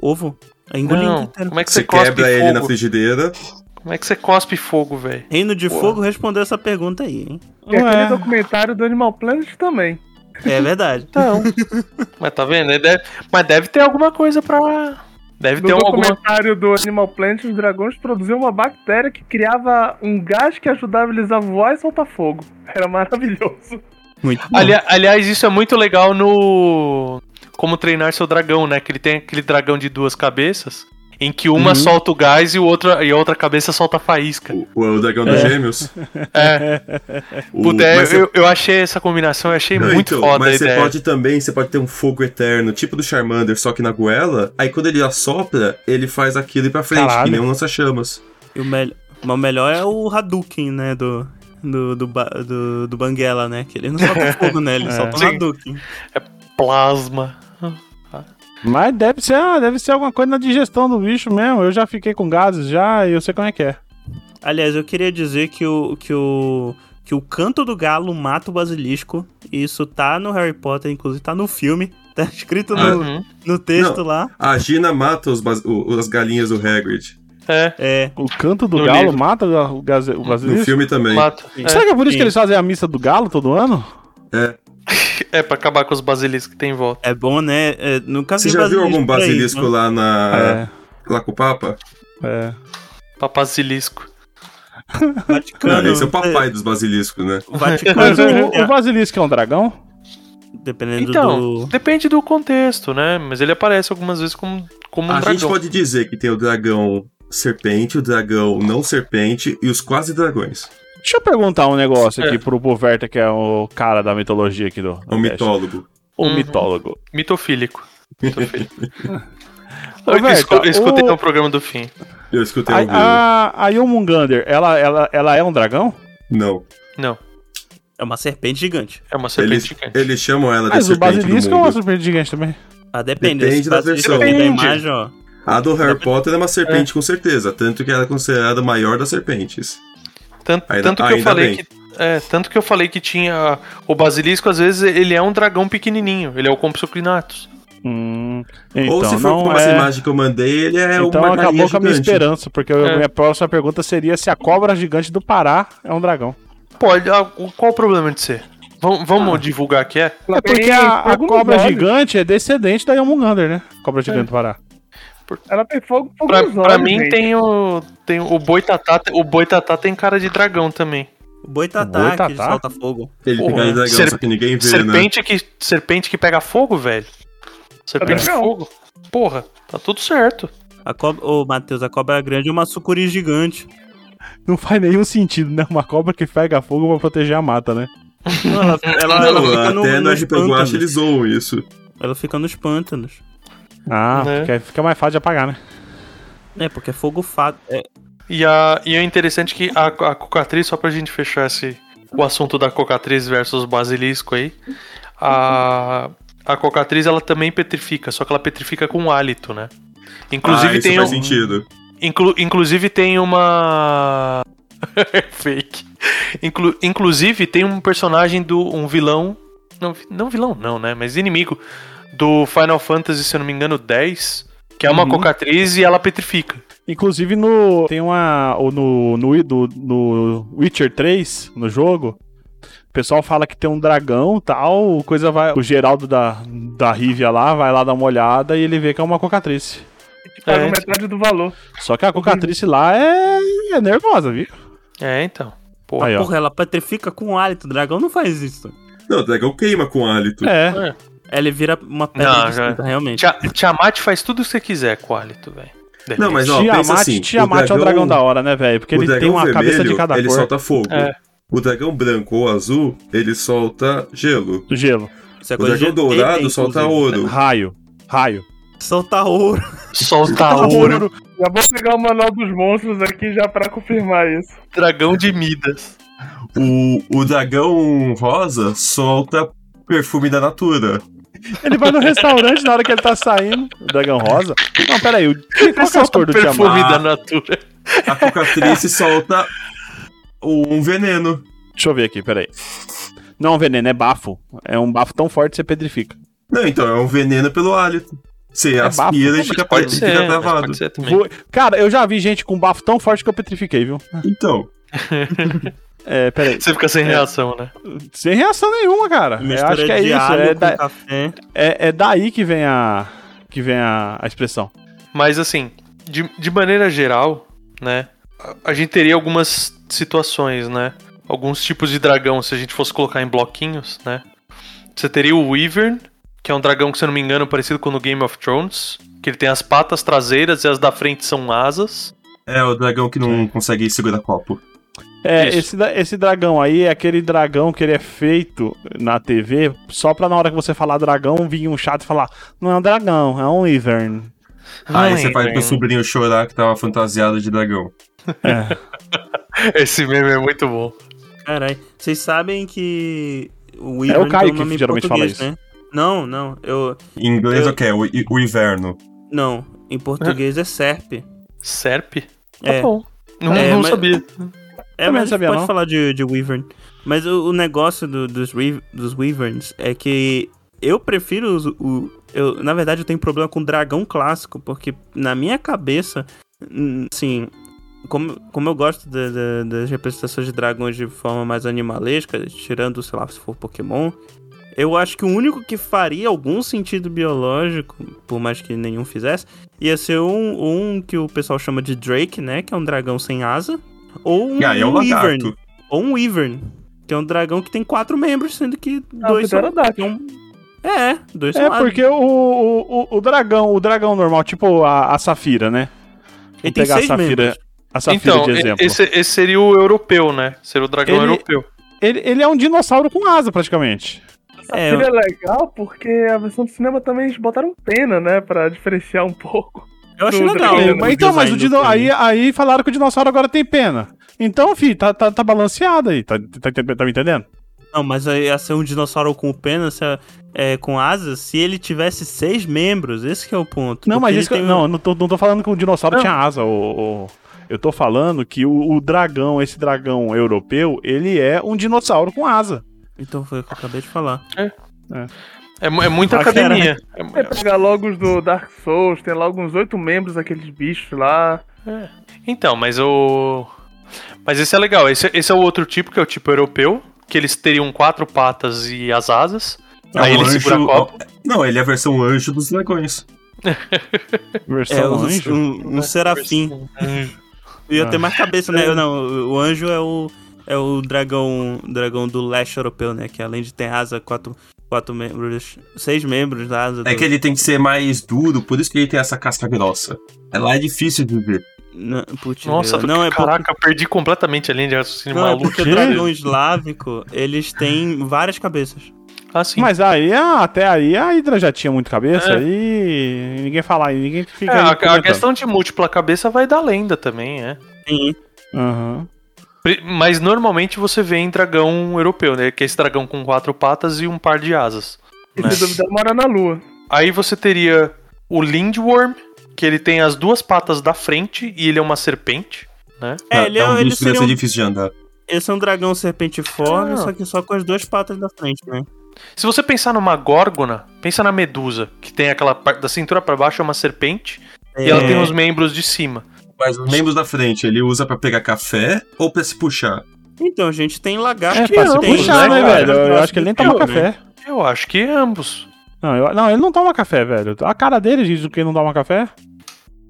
S1: Ovo? É engolindo
S4: Não.
S1: inteiro.
S4: Como é que você,
S3: Você
S4: cospe
S3: quebra ele na
S4: fogo?
S3: frigideira.
S4: Como é que você cospe fogo, velho?
S1: Reino de
S4: Porra.
S1: Fogo respondeu essa pergunta aí, hein?
S4: é
S5: E aquele
S2: Ué,
S5: documentário do Animal Planet também.
S1: É verdade.
S4: Então. mas tá vendo? Ele deve- Mas deve ter alguma coisa pra. Deve
S5: No
S4: ter alguma.
S5: documentário do Animal Planet, os dragões produziam uma bactéria que criava um gás que ajudava eles a voar e soltar fogo. Era maravilhoso.
S1: Muito bom.
S4: Ali- aliás, isso é muito legal no. Como treinar seu dragão, né? Que ele tem aquele dragão de duas cabeças. Em que
S3: Uhum.
S4: uma solta o gás e, o outra, e a outra cabeça solta a faísca.
S3: O, o dragão dos gêmeos.
S4: É,
S3: O,
S4: puta, é,
S3: mas você-
S4: eu, eu achei essa combinação, eu achei
S3: Não,
S4: muito
S3: então,
S4: foda a
S3: mas você
S4: ideia.
S3: pode também, você pode ter um fogo eterno, tipo do Charmander, só que na goela. Aí quando ele assopra, ele faz aquilo e pra frente,
S2: Caralho.
S3: que nem um lança-chamas.
S1: E o, mel- mas o melhor é o Hadouken, né? Do, do, do, ba- do, do Banguela, né? Que ele não solta fogo, né? Ele
S3: É.
S1: solta o
S4: Sim.
S1: Hadouken.
S4: Plasma.
S2: mas deve ser, ah, deve ser alguma coisa na digestão do bicho mesmo. Eu já fiquei com gases já e eu sei como é que é.
S1: Aliás, eu queria dizer que o, que o, que o canto do galo mata o basilisco. E isso tá no Harry Potter, inclusive tá no filme. Tá escrito
S3: Ah. É.
S1: no,
S4: Uhum.
S1: no texto lá.
S3: A Gina mata os bas- o- as galinhas do Hagrid.
S4: É,
S1: É,
S2: O canto do
S4: No
S2: galo
S4: livro.
S2: mata o, gaze, o
S3: No
S2: basilisco?
S3: filme também.
S4: mata.
S2: Será que é por isso
S1: Sim.
S2: que eles fazem a missa do galo todo ano?
S4: É, é pra acabar com os basiliscos que tem em volta.
S1: é bom, né? É, nunca vi
S3: Você já viu algum
S1: por aí,
S4: É.
S3: basilisco
S1: né?
S3: lá na. lá com o Papa?
S2: É.
S4: Papazilisco.
S3: Cara,
S1: Vaticano.
S3: esse é o papai dos basiliscos, né?
S1: O Vaticano.
S2: Mas o, o Basilisco é um dragão?
S1: Dependendo
S4: Então,
S1: do.
S4: depende do contexto, né? Mas ele aparece algumas vezes como, como um
S3: A gente
S4: dragão.
S3: pode dizer que tem o dragão serpente, o dragão não serpente e os quase dragões.
S2: Deixa eu perguntar um negócio aqui
S4: É.
S2: pro Boverta, que é o cara da mitologia aqui do.
S3: É um mitólogo.
S2: O
S4: Uhum.
S2: mitólogo.
S4: Mitofílico. Mitofílico.
S2: Ô,
S4: Eu
S2: Verta,
S4: escu- eu escutei um
S2: o-
S4: no programa do fim.
S3: Eu escutei um
S4: ah,
S3: vídeo.
S2: A, a, a Yomungander, ela, ela, ela é um dragão?
S3: Não.
S4: Não,
S1: É uma serpente gigante.
S4: é uma serpente
S3: Eles,
S4: gigante.
S3: eles chamam ela de
S2: Mas o
S3: serpente do
S2: basilisco é uma
S3: mundo.
S2: serpente gigante também.
S1: Ah, depende.
S3: Depende
S1: se
S3: da
S1: tá assistindo
S3: versão.
S1: aqui Da
S4: Depende.
S1: imagem, ó.
S3: A do Harry Potter é uma serpente com certeza, tanto que ela é considerada a maior das serpentes.
S4: Tanto,
S3: Ainda-
S4: tanto que eu
S3: ainda
S4: falei
S3: bem.
S4: que. É, tanto que eu falei que tinha. O basilisco, às vezes, ele é um dragão pequenininho. Ele é o Compsoclinatus.
S2: Hum, então,
S3: Ou se for
S2: não
S3: como
S2: é...
S3: essa imagem que eu mandei, ele é
S2: então
S3: uma galinha
S2: acabou com a minha
S3: gigante.
S2: esperança, porque a
S4: É.
S2: minha próxima pergunta seria se a cobra gigante do Pará é um dragão.
S4: Pode. ah, o- qual o problema de ser? Vamos, vamos divulgar que é?
S2: É porque
S5: tem
S2: a, a
S5: fogo nos
S2: cobra
S5: olhos.
S2: gigante é descendente da Yomungander, né? Cobra gigante do Pará.
S5: Ela tem fogo, fogo
S4: Pra,
S5: nos
S4: pra
S5: olhos,
S4: mim
S5: gente.
S4: tem o. Tem o Boitatá. O Boitatá tem cara de dragão também.
S1: O boitatá,
S2: Boitatá?
S1: que solta fogo.
S3: Ele tem
S4: Porra.
S3: cara de dragão,
S4: Serp-
S3: só que ninguém vê, né?
S4: serpente, que, serpente que pega fogo, velho. Serpente de
S5: dragão.
S4: fogo. Porra, tá tudo certo.
S1: A cobra... Ô, Matheus, a cobra grande é uma sucuri gigante.
S2: Não faz nenhum sentido, né? Uma cobra que pega fogo pra proteger a mata, né?
S1: Não, ela, ela, ela
S3: Não,
S1: fica no,
S3: até no
S1: nos
S3: RP Guacha
S1: pântanos.
S3: eles zoam isso.
S1: Ela fica nos pântanos.
S2: Ah,
S4: Né?
S2: porque aí fica mais fácil de apagar, né?
S1: É, porque é fogo fato. É,
S4: E, a, e é interessante que a, a Cocatriz, só pra gente fechar esse, o assunto da Cocatriz versus Basilisco aí, a, a Cocatriz ela também petrifica, só que ela petrifica com hálito, né?
S3: Inclusive,
S4: Inclusive
S3: ah, isso
S4: tem
S3: faz
S4: um-
S3: sentido.
S4: inclu- inclusive tem uma fake. Inclu- inclusive tem um personagem do um vilão, não, vi- não vilão não, né, mas inimigo do Final Fantasy, se eu não me engano, 10, que é uma
S2: Uhum.
S4: Cocatriz e ela petrifica.
S2: Inclusive no. Tem uma. ou No, no, i- do- no Witcher 3, no jogo. O pessoal fala que tem um dragão e tal. Coisa vai. O Geraldo da, da Rivia lá vai lá dar uma olhada e ele vê que é uma cocatrice.
S5: Paga
S2: Tá
S4: É.
S5: metade do valor.
S2: Só que a cocatrice lá é, é nervosa, viu?
S4: É, então. Porra,
S2: Aí, ó.
S1: porra, ela petrifica com hálito. O dragão não faz isso.
S3: Não, o dragão queima com hálito.
S2: É.
S1: Ela vira uma pedra
S4: Não,
S1: de
S4: já-
S1: cinta, realmente.
S4: Tia- Tiamat faz tudo o que você quiser com o hálito, velho. Depende.
S3: Não, mas ó, pensa
S2: Tiamat,
S3: assim.
S2: Tiamat é o dragão da hora, né, velho? Porque
S3: o
S2: ele
S3: dragão
S2: tem uma
S3: vermelho,
S2: cabeça de cada
S3: ele
S2: cor.
S3: solta fogo.
S4: É.
S3: O dragão branco ou azul, ele solta gelo.
S2: do Gelo.
S1: Isso é
S3: O dragão
S1: de
S3: dourado
S1: Eden,
S3: solta
S1: inclusive.
S3: ouro.
S2: Raio. Raio.
S1: Solta ouro.
S4: Solta Ah, ouro,
S5: Já vou pegar o manual dos monstros aqui já pra confirmar isso.
S4: dragão de Midas.
S3: O, o dragão rosa solta perfume da natura.
S2: Ele vai no restaurante na hora que ele tá saindo. O dragão rosa. Não, peraí. O... Qual que é as
S4: Solta
S2: cores do Tiamat?
S4: perfume
S3: Tiamat.
S4: da natura.
S3: A cocatrice solta um veneno.
S2: Deixa eu ver aqui, peraí. Não, veneno, é bafo. É um bafo tão forte que você petrifica.
S3: Não, então é um veneno pelo hálito. Você
S2: bafo.
S3: aspira e fica,
S4: Pode
S3: fica
S4: ser, mas
S3: travado.
S4: pode ser também.
S2: Vou- Cara, eu já vi gente com bafo tão forte que eu petrifiquei, viu?
S3: Então,
S2: É, peraí.
S4: Você fica sem reação, né?
S2: Sem reação nenhuma, cara. Eu
S1: Mistura
S2: acho que é
S1: de
S2: isso.
S1: alho
S2: É,
S1: com
S2: da-
S1: café.
S2: é- é daí que vem a. Que vem a, a expressão.
S4: Mas assim, de, de maneira geral, né? a- A gente teria algumas situações, né? Alguns tipos de dragão, se a gente fosse colocar em bloquinhos, né? Você teria o Wyvern, que é um dragão que, se eu não me engano, é parecido com o do Game of Thrones. Que ele tem as patas traseiras e as da frente são asas.
S3: é o dragão que não consegue segurar copo.
S2: É,
S4: Isso.
S2: esse, da- esse dragão aí é aquele dragão que ele é feito na TV só pra na hora que você falar dragão vir um chato e falar: Não é um dragão, é um Wyvern.
S3: Aí
S4: Não
S3: você faz
S4: lembro.
S3: pro sobrinho chorar que tava fantasiado de dragão.
S2: É.
S4: Esse meme é muito bom.
S1: Caralho. Vocês sabem que o
S2: É
S1: Wyvern
S2: o Caio
S1: tem um
S2: que
S1: nome em
S2: geralmente fala
S1: português,
S2: isso.
S1: né? Não, não. Eu...
S3: Em inglês
S1: Eu-
S3: o que é? O, i- o inverno.
S1: Não. Em português é serp.
S4: Serp?
S1: É.
S4: Tá bom. Não,
S1: É,
S4: não
S1: mas-
S4: sabia.
S1: É,
S2: Também
S1: mas a
S2: não
S1: gente
S2: sabia,
S1: pode
S2: não.
S1: falar de, de Wyvern. Mas o, o negócio do- dos, Wyv- dos Wyverns é que eu prefiro os- o. Eu, na verdade, eu tenho problema com o dragão clássico, porque na minha cabeça, hum, assim, como, como eu gosto da- da- das representações de dragões de forma mais animalesca, tirando, sei lá, se for Pokémon, Eu acho que o único que faria algum sentido biológico, por mais que nenhum fizesse, ia ser um, um que o pessoal chama de Drake, né? Que é um dragão sem asa. Ou um,
S3: Ah, é o
S1: um Wyvern.
S3: lagarto.
S1: Ou um Wyvern. Que é um dragão que tem quatro membros, sendo que
S5: Ah,
S1: dois
S5: o
S1: são.
S5: pterodáctilo.
S1: são- É, dois
S2: É
S1: são asas.
S2: porque o, o, o- o dragão, o dragão normal, tipo a, a safira, né?
S1: Ele
S2: Vamos
S1: tem
S2: pegar a
S1: seis
S2: safira,
S1: membros.
S2: a safira
S4: então,
S2: de
S4: e-
S2: exemplo.
S4: esse, esse seria o europeu, né? Seria o dragão
S2: Ele-
S4: europeu.
S2: Ele, ele é um dinossauro com asa, praticamente.
S1: É,
S5: Ele é legal porque a versão do cinema também eles botaram pena, né? Pra diferenciar um pouco.
S1: Eu acho
S5: do
S1: legal.
S5: dragão.
S1: o
S2: mas então, mas o
S1: design do
S2: dino,
S1: filme.
S2: aí, aí falaram que o dinossauro agora tem pena. Então, fi, tá, tá, tá balanceado aí, tá, tá, tá- tá me entendendo?
S1: Não, mas aí, ia ser um dinossauro com pena, se, é, com asas, se ele tivesse seis membros, esse que é o ponto.
S2: Não, mas
S1: Porque
S2: isso que,
S1: ele
S2: eu-
S1: tem- um-
S2: um- não, eu não tô, não tô falando que o dinossauro
S1: Não.
S2: tinha asa, o, eu tô falando que o, o dragão, esse dragão europeu, ele é um dinossauro com asa.
S1: Então foi o que eu acabei de falar.
S4: É, mu- é muita
S1: Ah, cara.
S4: academia. É mu-
S5: É pegar logo os do Dark Souls, tem logo uns oito membros daqueles bichos lá.
S4: Então, mas o. Mas esse é legal. Esse, esse é o outro tipo, que é o tipo europeu, que eles teriam quatro patas e as asas.
S3: É
S4: aí
S3: um
S4: ele segura a copa.
S3: Não, ele é a versão anjo dos dragões.
S2: Versão
S1: É, um,
S2: anjo.
S1: um, um serafim. Ia ter mais cabeça, né? Eu Não, o anjo é o, é o dragão dragão do leste europeu, né? Que além de ter asa, quatro, quatro membros, seis membros da asa.
S3: É
S1: do-
S3: que ele tem que ser mais duro, por isso que ele tem essa casca grossa. Ela é difícil de ver.
S1: Não, putz,
S4: Nossa,
S1: grila. não, é por-
S4: caraca, perdi completamente a linha de raciocínio
S1: não, é
S4: maluco.
S1: porque o dragão eslávico, eles têm várias cabeças.
S4: Ah, sim.
S2: Mas aí, ah, até aí, a Hydra já tinha muito cabeça
S4: É.
S2: aí ninguém fala aí, ninguém
S4: É,
S2: fica. aí
S4: a, a
S2: comentando.
S4: questão de múltipla cabeça vai da lenda também, é.
S1: Sim.
S2: Aham.
S4: Pri- Mas normalmente você vê em dragão europeu, né? Que é esse dragão com quatro patas e um par de asas.
S5: E
S4: Né?
S5: se duvidar, mora na lua.
S4: Aí você teria o Lindworm, que ele tem as duas patas da frente e ele é uma serpente.
S1: É, ele, é,
S3: um
S1: ele
S3: bicho que deve
S1: seria
S3: ser
S1: um
S3: difícil de andar.
S1: Esse é um dragão serpentiforme,
S4: Ah.
S1: só que só com as duas patas da frente, né?
S4: Se você pensar numa górgona, pensa na medusa, que tem aquela parte da cintura pra baixo é uma serpente e ela
S1: É,
S4: tem os membros de cima.
S3: Mas os membros da frente, ele usa pra pegar café ou pra se puxar?
S1: Então, a gente tem lagarto
S2: É,
S1: que
S2: pra se
S1: tem,
S2: puxar, né,
S4: né, cara?
S2: velho? Eu acho que ele nem toma
S1: Né?
S2: café.
S4: Eu acho que é ambos.
S2: Não, eu- não, ele não toma café, velho. A cara dele diz que ele não toma café.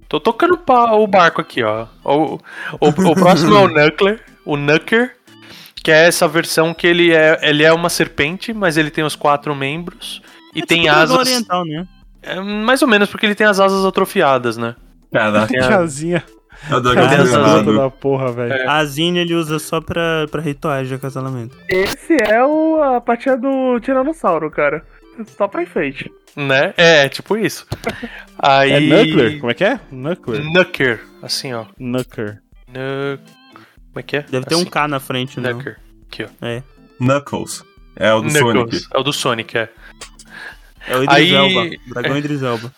S4: Tô tocando pa- o barco aqui, ó. O, o- o próximo é o Knuckler, o Knucker, que é essa versão que ele é, ele é uma serpente, mas ele tem os quatro membros e
S1: É
S4: tem
S1: tipo dragão
S4: asas.
S1: oriental, né?
S4: É, mais ou menos porque ele tem as asas atrofiadas, né?
S3: Caraca,
S4: É.
S2: Tiazinha.
S3: é o dragão
S4: Cara,
S2: Tiazinha
S3: envenenado.
S2: escrota da porra, velho.
S4: É.
S1: A asinha ele usa só pra, pra rituais de acasalamento.
S5: Esse é o, a patinha do Tiranossauro, cara. Só pra enfeite.
S4: Né? É, tipo isso. Aí.
S2: É Knuckler? Como é que é? Knuckler.
S4: Hum. Knucker, assim, ó.
S2: Knuckler.
S4: Knuck- Como é que é?
S1: Deve ter um
S4: Assim,
S1: K na frente, né?
S4: Knucker.
S3: Knuckles. É o do Sonic.
S4: Knuckles. É o do Sonic, é.
S1: É o Idris
S4: Aí- É.
S1: Elba. Dragão Idris Elba.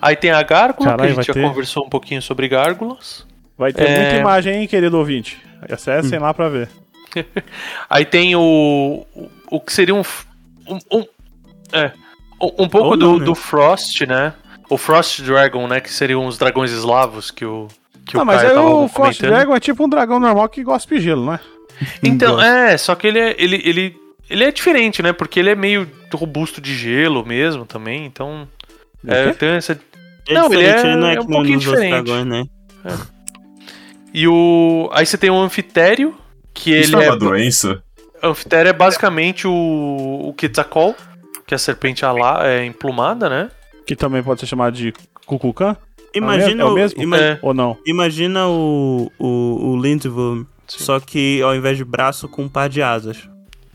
S4: Aí tem a Gárgula,
S2: Caralho,
S4: que a
S2: vai
S4: gente já
S2: ter-
S4: conversou um pouquinho sobre gárgulas.
S2: Vai ter
S4: É.
S2: muita imagem, hein, querido ouvinte. Acessem lá pra ver.
S4: Aí tem o. o- O que seria um. f- Um, um- é. Um, um pouco
S1: Ou
S4: do,
S1: não, né?
S4: do Frost, né? O Frost Dragon, né? Que seriam os dragões eslavos que o. Que
S2: Não,
S4: o
S2: Ah, mas
S4: Caio
S2: aí
S4: tava
S2: o Frost
S4: comentando.
S2: Dragon é tipo um dragão normal que gosta de gelo, né?
S4: Então, é, só que ele é, ele, ele, ele é diferente, né? Porque ele é meio robusto de gelo mesmo também, então. É, tem essa.
S1: É
S4: Não, ele
S1: diferente,
S4: é-
S1: ele não é,
S4: é um
S1: que nem
S4: pouquinho
S1: nos outros
S4: diferente.
S1: dragões,
S2: É
S1: né?
S4: E o. Aí você tem o Anfitério, que
S3: Isso
S4: ele
S3: é
S4: é.
S3: uma doença?
S4: Anfitério é basicamente o. o Quetzalcoatl, que é a serpente alá, é, emplumada, né?
S2: Que também pode ser chamado de Cucucã,
S1: Imagina,
S2: é o
S1: o-
S2: mesmo?
S1: ima-
S4: É.
S2: ou não?
S1: imagina o, o, o Lindworm,
S4: Sim.
S1: só que ao invés de braço, com um par de asas.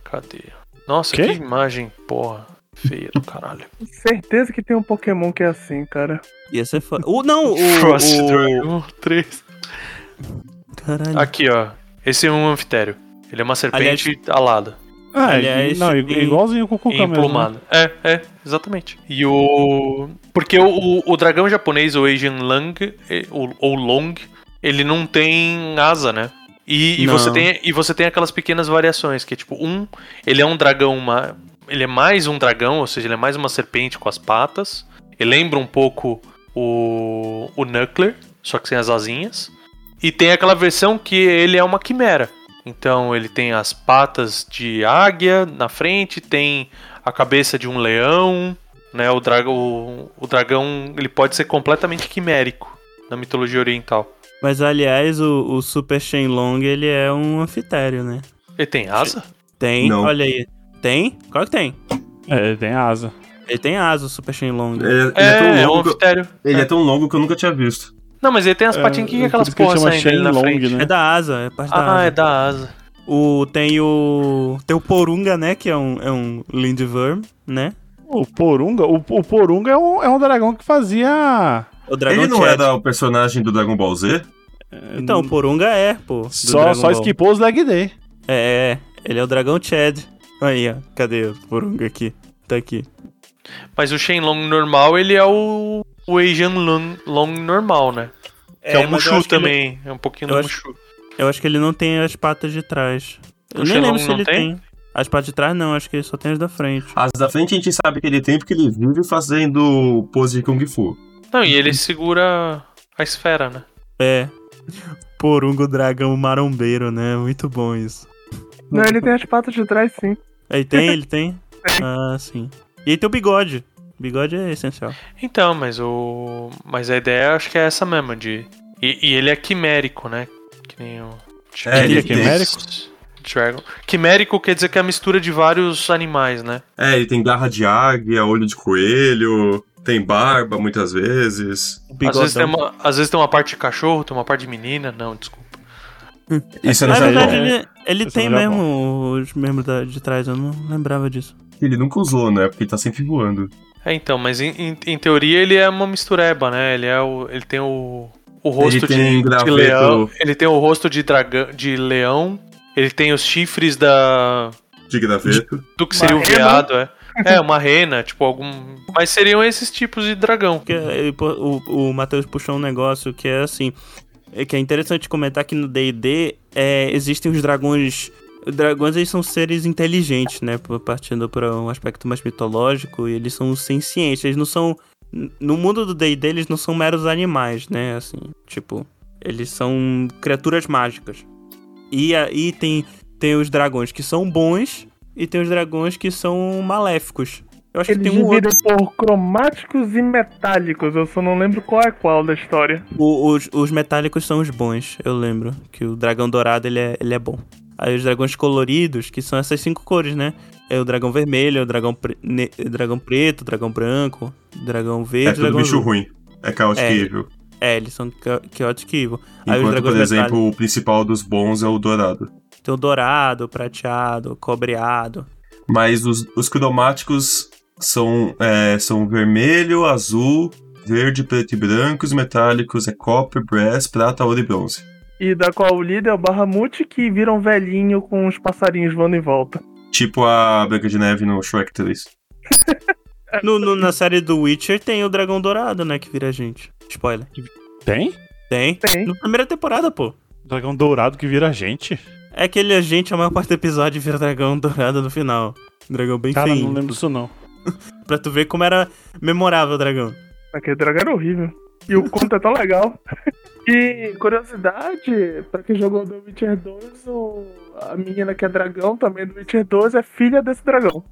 S4: Cadê? Nossa,
S2: Quê?
S4: que imagem, porra, feia do caralho.
S5: Certeza que tem um Pokémon que é assim, cara.
S1: Ia ser foda. O, não, o...
S4: Frost
S1: o...
S2: Um,
S4: Dragon 3.
S1: Caralho.
S4: Aqui, ó. Esse é um anfitério. Ele é uma serpente alada.
S2: Ah,
S1: Aliás,
S2: não,
S1: e-
S2: igualzinho o Cucucã mesmo. né?
S4: Emplumado. É, é, exatamente. E o. Porque o, o, o dragão japonês, o Asian Lang, eh, ou, ou Long, ele não tem asa, né? E, e
S1: Não.
S4: você tem, e você tem aquelas pequenas variações, que é tipo, um, ele é um dragão, ma- ele é mais um dragão, ou seja, ele é mais uma serpente com as patas. Ele lembra um pouco o, o Knuckler, só que sem as asinhas. E tem aquela versão que ele é uma quimera. Então ele tem as patas de águia na frente, tem a cabeça de um leão, né? O, draga, o, o dragão ele pode ser completamente quimérico na mitologia oriental.
S1: Mas aliás, o, o Super Shenlong ele é um anfitério, né?
S4: Ele tem asa?
S1: Tem,
S3: Não.
S1: olha aí. Tem? Claro que tem.
S2: É, ele tem asa.
S1: Ele tem asa, o Super Shenlong.
S3: Ele, ele é
S4: É,
S3: tão
S4: é um
S3: longo que,
S4: anfitério.
S3: ele é tão longo que eu nunca tinha visto.
S4: Não, mas ele tem as
S1: Tipo,
S2: É,
S4: patinhas que
S2: por
S4: aquelas
S2: isso que ele
S4: porra
S2: chama
S4: saindo ali na
S2: Shenlong,
S4: frente.
S2: né?
S1: É da asa, é parte da
S4: Ah,
S1: asa.
S4: é da asa.
S1: O, tem o. Tem o Porunga, né? Que é um, é um Lindworm, né?
S2: O Porunga, o, o Porunga é um, é um dragão que fazia.
S1: O Dragão
S3: ele não
S1: Chat.
S3: é da, o personagem do Dragon Ball Z?
S1: Então, o Porunga é, pô. do
S2: Só,
S1: Dragon
S2: só
S1: Ball.
S2: esquipou os leg day.
S1: É, é. Ele é o Dragão Chad. Aí, ó. Cadê o Porunga aqui? Tá aqui.
S4: Mas o Shenlong normal, ele é o, o Asian Long, Long normal, né? Que é, o
S1: mas eu acho
S4: Mushu
S1: que ele-
S4: também. É um pouquinho
S1: eu
S4: do
S1: acho-
S4: Mushu.
S1: eu acho que ele não tem as patas de trás. Eu
S4: O
S1: nem
S4: Shenlong
S1: lembro se
S4: não
S1: ele
S4: tem?
S1: tem? As patas de trás não, acho que ele só tem as da frente.
S3: As da frente a gente sabe que ele tem porque ele vive fazendo pose de Kung Fu.
S4: Não, e ele segura a esfera, né?
S1: É. Porunga, o um dragão marombeiro, né? Muito bom isso.
S5: Não, ele tem as patas de trás, sim.
S1: Aí tem, ele tem? Ah, sim. E aí tem o bigode. Bigode é essencial.
S4: Então, mas o. Mas a ideia acho que é essa mesmo, de. E, e ele é quimérico, né? Que nem o.
S3: É,
S2: ele é
S3: tem-
S2: quimérico?
S4: Dragon. Quimérico quer dizer que é a mistura de vários animais, né?
S3: É, ele tem garra de águia, olho de coelho, tem barba muitas vezes.
S1: O
S4: Às
S1: bigodão.
S4: vezes, tem uma, às vezes tem uma parte de cachorro, tem uma parte de menina. Não, desculpa.
S3: Isso é no
S1: Na
S2: Essa
S1: verdade,
S2: é-
S3: Japão.
S1: ele, ele
S2: essa
S1: tem
S2: é melhor
S1: mesmo os membros da- de trás, eu não lembrava disso.
S3: Ele nunca usou, né? Porque ele tá sempre voando.
S4: É, então, mas em, em, em teoria ele é uma mistureba, né? Ele é o. Ele tem o. O rosto
S3: ele tem
S4: de, de
S3: graveto.
S4: leão. Ele tem o rosto de dragão. De leão. Ele tem os chifres da.
S3: De graveto.
S4: Do que seria
S5: Uma
S4: o
S5: rena.
S4: veado, é. É, uma rena, tipo, algum. Mas seriam esses tipos de dragão. é
S1: Porque ele pô- o, o Matheus puxou um negócio que é assim. é Que é interessante comentar que no DD é, existem os dragões. Os dragões eles são seres inteligentes, né? p- Partindo para um aspecto mais mitológico, e eles são sem ciência. Eles não são. n- No mundo do DD, eles não são meros animais, né? Assim, tipo, eles são criaturas mágicas. E aí tem, tem os dragões que são bons e tem os dragões que são maléficos. Eu acho
S5: Eles
S1: que tem um outro.
S5: dividem por cromáticos e metálicos. Eu só não lembro qual é qual da história.
S1: O- os, os metálicos são os bons, eu lembro. Que o dragão dourado, ele é, ele é bom. Aí os dragões coloridos, que são essas cinco cores, né? É o dragão vermelho, é o dragão, pre- ne- dragão preto, dragão branco, dragão
S3: É
S1: verde,
S3: tudo
S1: dragão
S3: bicho
S1: azul.
S3: ruim. É Chaotic
S1: É.
S3: Evil.
S1: É, eles são cha- chaotic evil. Aí os
S3: Enquanto,
S1: dragões
S3: por
S1: metálicos
S3: exemplo, o principal dos bons é o dourado.
S1: tem o dourado, o prateado, o cobreado.
S3: Mas os, os cromáticos são, é, são vermelho, azul, verde, preto e branco. Os metálicos é copper, brass, prata, ouro e bronze.
S5: E da qual o líder é o Barramute, que vira um velhinho com os passarinhos voando em volta.
S3: Tipo a Branca de Neve no Shrek 3.
S1: No, no- na série do Witcher tem o dragão dourado, né? Que vira gente. Spoiler.
S2: Tem?
S1: Tem.
S5: Tem.
S1: Na primeira temporada, pô.
S2: Dragão dourado que vira gente.
S1: É aquele agente, a maior parte do episódio vira dragão dourado no final. Dragão bem
S2: Cara,
S1: feinho.
S2: não lembro disso não.
S1: Pra tu ver como era memorável o dragão.
S5: Aquele dragão era horrível. E o conto é tão legal. E curiosidade, pra quem jogou The Witcher 2, o... a menina que é dragão também do Witcher 2 é filha desse dragão.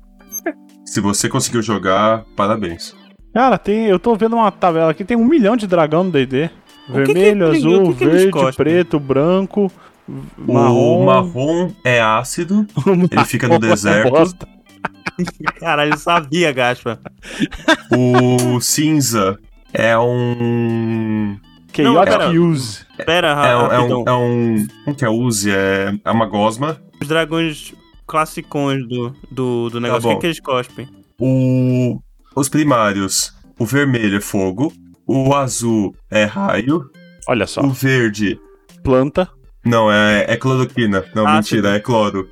S3: Se você conseguiu jogar, parabéns.
S2: Cara, tem. Eu tô vendo uma tabela aqui, tem um milhão de dragão no DD.
S1: que que
S2: Vermelho,
S1: ele-
S2: azul,
S1: o que que eles
S2: verde,
S1: gostam?
S2: preto, branco,
S3: O
S2: marrom. é
S3: marrom é ácido, ele fica no deserto.
S2: Bosta.
S1: Caralho, eu sabia, Gaspa.
S3: O cinza é um.
S1: Não,
S2: Chaotic
S1: pera.
S2: Use.
S1: Pera, ra-
S3: É, um- é
S1: Ah, rapidão.
S3: um. É um. Como que é Uzi? É, é uma gosma.
S1: Os dragões classicões do, do, do negócio, o que,
S3: Tá bom.
S1: que eles cospem?
S3: O, os primários. O vermelho é fogo. O azul é raio.
S2: Olha só.
S3: O verde.
S2: Planta.
S3: Não, é, é cloroquina. Não,
S1: Ácido.
S3: mentira, é cloro.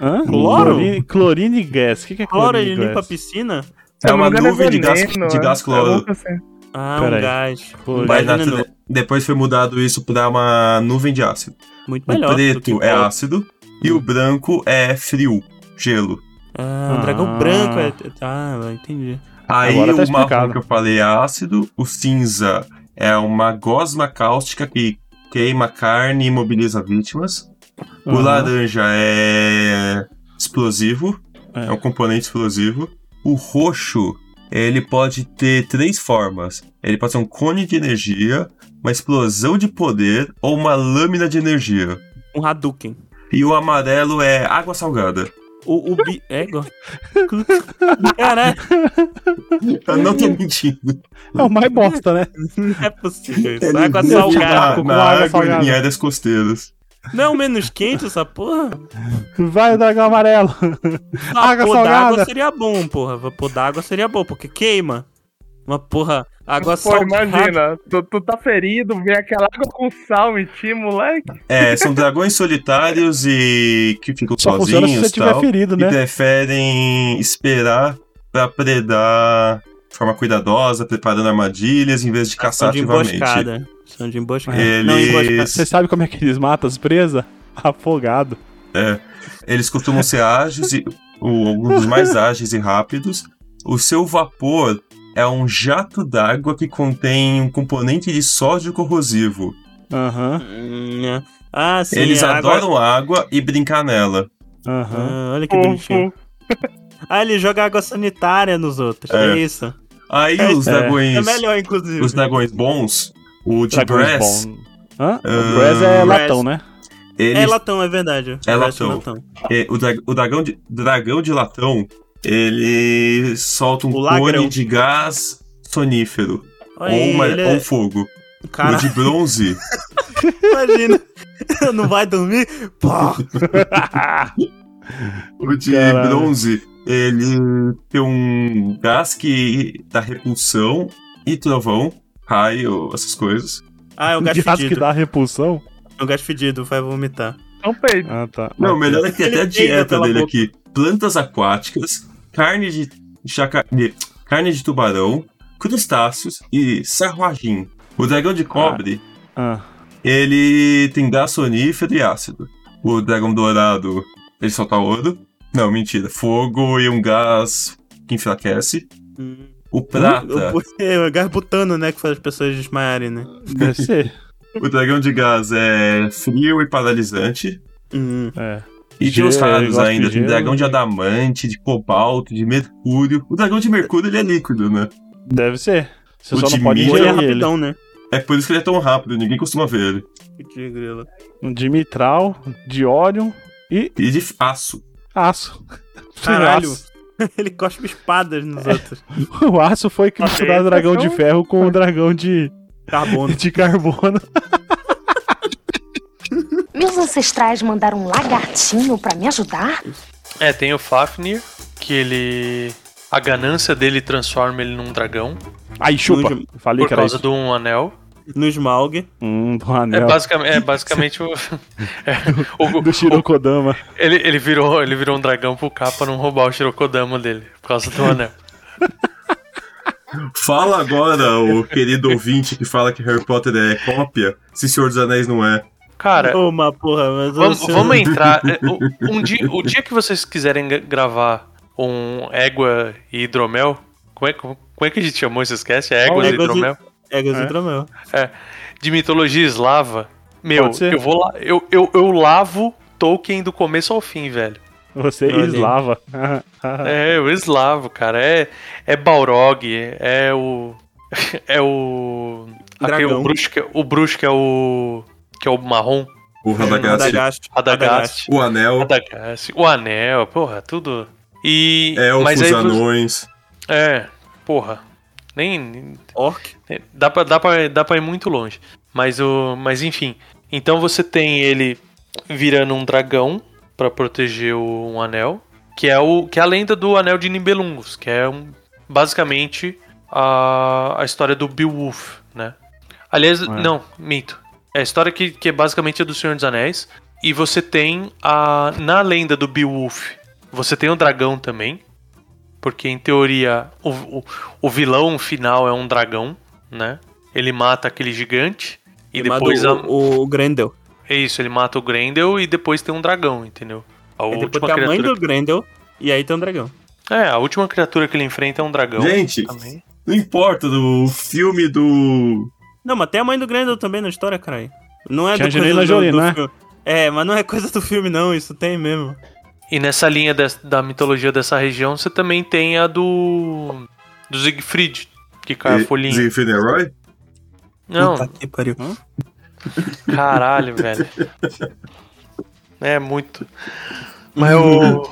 S2: Hã?
S1: Cloro?
S2: Chlorine, chlorine gas. O que, que é
S1: Cloro,
S2: chlorine
S1: ele
S2: gas?
S1: limpa a piscina?
S5: Se
S3: É
S5: eu não
S3: uma
S5: me engano,
S3: nuvem de gás,
S5: veneno,
S3: de
S5: é.
S3: gás
S5: É
S3: cloro.
S5: louco assim.
S1: Ah,
S2: Pera
S1: um
S2: aí.
S1: gás.
S2: Chlorine.
S3: Mas
S1: Mas
S3: na-
S1: não.
S3: depois foi mudado isso pra uma nuvem de ácido.
S1: Muito
S3: O
S1: melhor. do que
S3: preto é
S1: cloro.
S3: ácido e o branco é frio, gelo.
S1: Ah, um
S2: Ah.
S1: dragão branco é... Ah, entendi.
S3: Aí
S2: Agora tá
S3: o marrom
S2: explicado.
S3: que eu falei é ácido, o cinza é uma gosma cáustica que queima carne e imobiliza vítimas. O
S2: Aham.
S3: laranja é explosivo
S2: É.
S3: é. um componente explosivo. O roxo, ele pode ter três formas. Ele pode ser um cone de energia, uma explosão de poder ou uma lâmina de energia.
S1: Um Hadouken.
S3: E o amarelo é água salgada.
S1: O, o bi... É, igual. Caralho,
S3: Eu não tô mentindo.
S2: É o mais bosta, né?
S1: não é possível isso.
S3: Ele
S1: Água
S3: vive
S1: salgada.
S2: com
S3: Na, na
S2: água
S3: água
S2: salgada.
S3: em áreas costeiras.
S1: Não é o menos quente essa porra?
S2: Vai, dragão amarelo.
S1: Ah,
S2: Água
S1: pô,
S2: salgada.
S1: d'água seria bom, porra. Pô, d'água seria bom, porque queima. Uma porra, água
S5: Pô,
S1: salgada.
S5: imagina, tu, tu tá ferido, vem aquela água com sal em ti, moleque.
S3: É, são dragões solitários e que ficam
S2: Só funciona se você
S3: sozinhos e
S2: tiver
S3: tal.
S2: ferido,
S3: E
S2: né?
S3: preferem esperar pra predar de forma cuidadosa, preparando armadilhas, em vez de
S1: São
S3: caçar
S1: de
S3: ativamente.
S1: emboscada. São de emboscada. Não, emboscada.
S3: Eles,
S2: Você sabe como é que eles matam as presas? Afogado.
S3: eles costumam ser ágeis e o- alguns dos mais ágeis e rápidos. O seu vapor é um jato d'água que contém um componente de sódio corrosivo.
S2: Aham,
S1: Hum, é. Ah, sim.
S3: eles
S1: é água-
S3: adoram água e brincar nela. Hum.
S2: aham.
S1: Ah, olha que bonitinho.
S5: Fofo.
S1: Ah, ele joga água sanitária nos outros. É,
S3: É.
S1: isso.
S3: Aí
S1: É,
S3: os
S2: é.
S3: dragões,
S1: É melhor, inclusive.
S3: os dragões bons, o de
S2: Dragões
S3: Brass,
S2: bom. Hã?
S3: Ah,
S2: o Brass é
S3: Brass.
S2: latão, né?
S1: É
S3: ele
S1: latão, é verdade.
S3: É
S1: Parece um
S3: latão. É, o, dra- o dragão, de, dragão de latão, ele solta um
S1: O lagrão.
S3: cone de gás sonífero.
S1: Olha
S3: ou,
S1: aí,
S3: uma-
S1: ele
S3: ou um
S1: é...
S3: fogo.
S1: Cara,
S3: O de bronze,
S1: imagina. Não vai dormir? Pô,
S3: o de
S2: Caralho.
S3: bronze, ele tem um gás que dá repulsão e trovão, raio, essas coisas.
S1: Ah, é um
S2: O
S1: gás
S2: de rato que
S1: fedido.
S2: dá repulsão.
S1: É um gás fedido, vai vomitar.
S5: Não peido.
S2: Ah, tá.
S3: Não,
S2: Ok.
S3: o melhor é que tem até a
S1: Ele peida
S3: dieta
S1: pela
S3: dele
S1: boca.
S3: aqui. Plantas aquáticas, carne de, chaca- de- carne de tubarão, crustáceos e sarruagim. O dragão de cobre
S2: Ah,
S3: Ele tem gás sonífero e ácido. O dragão dourado, ele solta ouro. Não, mentira. Fogo e um gás que enfraquece.
S1: Hum.
S3: O prata,
S1: É o gás butano, né? Que faz as pessoas desmaiarem, né?
S2: deve ser.
S3: o dragão de gás é frio e paralisante.
S1: Hum.
S2: É.
S3: E tem os
S2: Gelo, eu
S3: raros
S2: gosto de
S3: ainda. Tem
S2: gelo.
S3: dragão de adamante, de cobalto, de mercúrio. O dragão de mercúrio, ele é líquido, né?
S2: Deve ser. Você
S3: O
S2: só não
S3: de
S2: pode
S1: Ele
S3: milho
S1: é
S2: ingerir ele.
S1: rapidão, né?
S3: É por isso que ele é tão rápido, ninguém costuma ver ele.
S1: Que grilo.
S2: Um de mitral, de óleo e
S3: E de aço.
S2: aço.
S1: Caralho.
S2: Aço.
S1: Ele cospe espadas nos outros.
S2: O aço foi que misturar o dragão de ferro com o dragão de,
S1: Carbono.
S2: de carbono.
S7: Meus ancestrais mandaram um lagartinho pra me ajudar?
S4: É, tem o Fafnir, que ele. A ganância dele transforma ele num dragão
S2: Aí chupa.
S1: Não,
S2: Falei
S4: por
S2: que era
S4: causa
S2: isso.
S4: de um anel.
S1: No Smaug.
S2: Hum, do
S4: É,
S2: anel.
S4: basicam- é basicamente o. é, o-
S2: do Shirokodama.
S4: ele, ele, virou, ele virou um dragão pro capa não roubar o Shirokodama dele, por causa do anel.
S3: Fala agora, o querido ouvinte que fala que Harry Potter é cópia, se Senhor dos Anéis não é.
S4: Cara,
S1: Ô, uma porra, mas o
S4: Vamos,
S1: senhor-
S4: vamos entrar. é, o- Um dia, o dia que vocês quiserem gra- gravar um égua e hidromel, como é, como, como é que a gente chamou esse cast? É
S2: Um
S4: éguas
S1: Éguas
S4: e
S1: e-
S4: hidromel?
S1: É
S2: É.
S1: Gazidromel.
S4: De mitologia eslava. Meu,
S2: Pode ser.
S4: eu vou lá. Eu, eu, eu lavo Tolkien do começo ao fim, velho.
S2: Você
S1: Olha aí.
S2: eslava.
S4: É, eu eslavo, cara. É, é Balrog, é o. É o. aquele-
S1: Dragão.
S4: o, bruxo que, o bruxo que é o. que é o marrom,
S3: O Radagast
S1: Radagast. Radagast.
S4: Radagast.
S3: O anel
S4: Radagast, o anel, porra, tudo. E.
S3: elfos,
S4: mas aí você-
S3: anões.
S4: É, porra. Nem. nem-
S1: Orc.
S4: Dá pra, dá, pra, dá pra ir muito longe. Mas, o, mas enfim. Então você tem ele virando um dragão pra proteger o, um anel. Que é, o, que é a lenda do anel de Nibelungos. Que é um, basicamente a, a história do Beowulf, né? Aliás, não, minto. É a história que, que é basicamente a do Senhor dos Anéis. E você tem a. Na lenda do Beowulf, você tem o dragão também. Porque em teoria o, o, o vilão final é um dragão, né? Ele mata aquele gigante e
S1: chamado
S4: depois. a-
S1: o, o Grendel.
S4: é isso, ele mata o Grendel e depois tem um dragão, entendeu? A
S1: Aí É, depois
S4: última
S1: tem a mãe do
S4: criatura.
S1: Grendel. E aí tem um dragão.
S4: É, a última criatura que ele enfrenta é um dragão.
S3: Gente,
S4: também.
S3: não importa do filme do.
S1: Não, mas tem a mãe do Grendel também na história, caralho. Não é
S2: Tinha
S1: do
S2: Angelina
S1: coisa do,
S2: Jolie,
S1: do
S2: né?
S1: filme. É, mas não é coisa do filme, não. Isso tem mesmo.
S4: E nessa linha des- da mitologia dessa região, você também tem a do. do Siegfried, que
S3: eh,
S4: cai a Ah, folhinha.
S3: Zifin Herói?
S4: Não,
S1: Puta que pariu.
S4: caralho, velho. É muito. Mas o.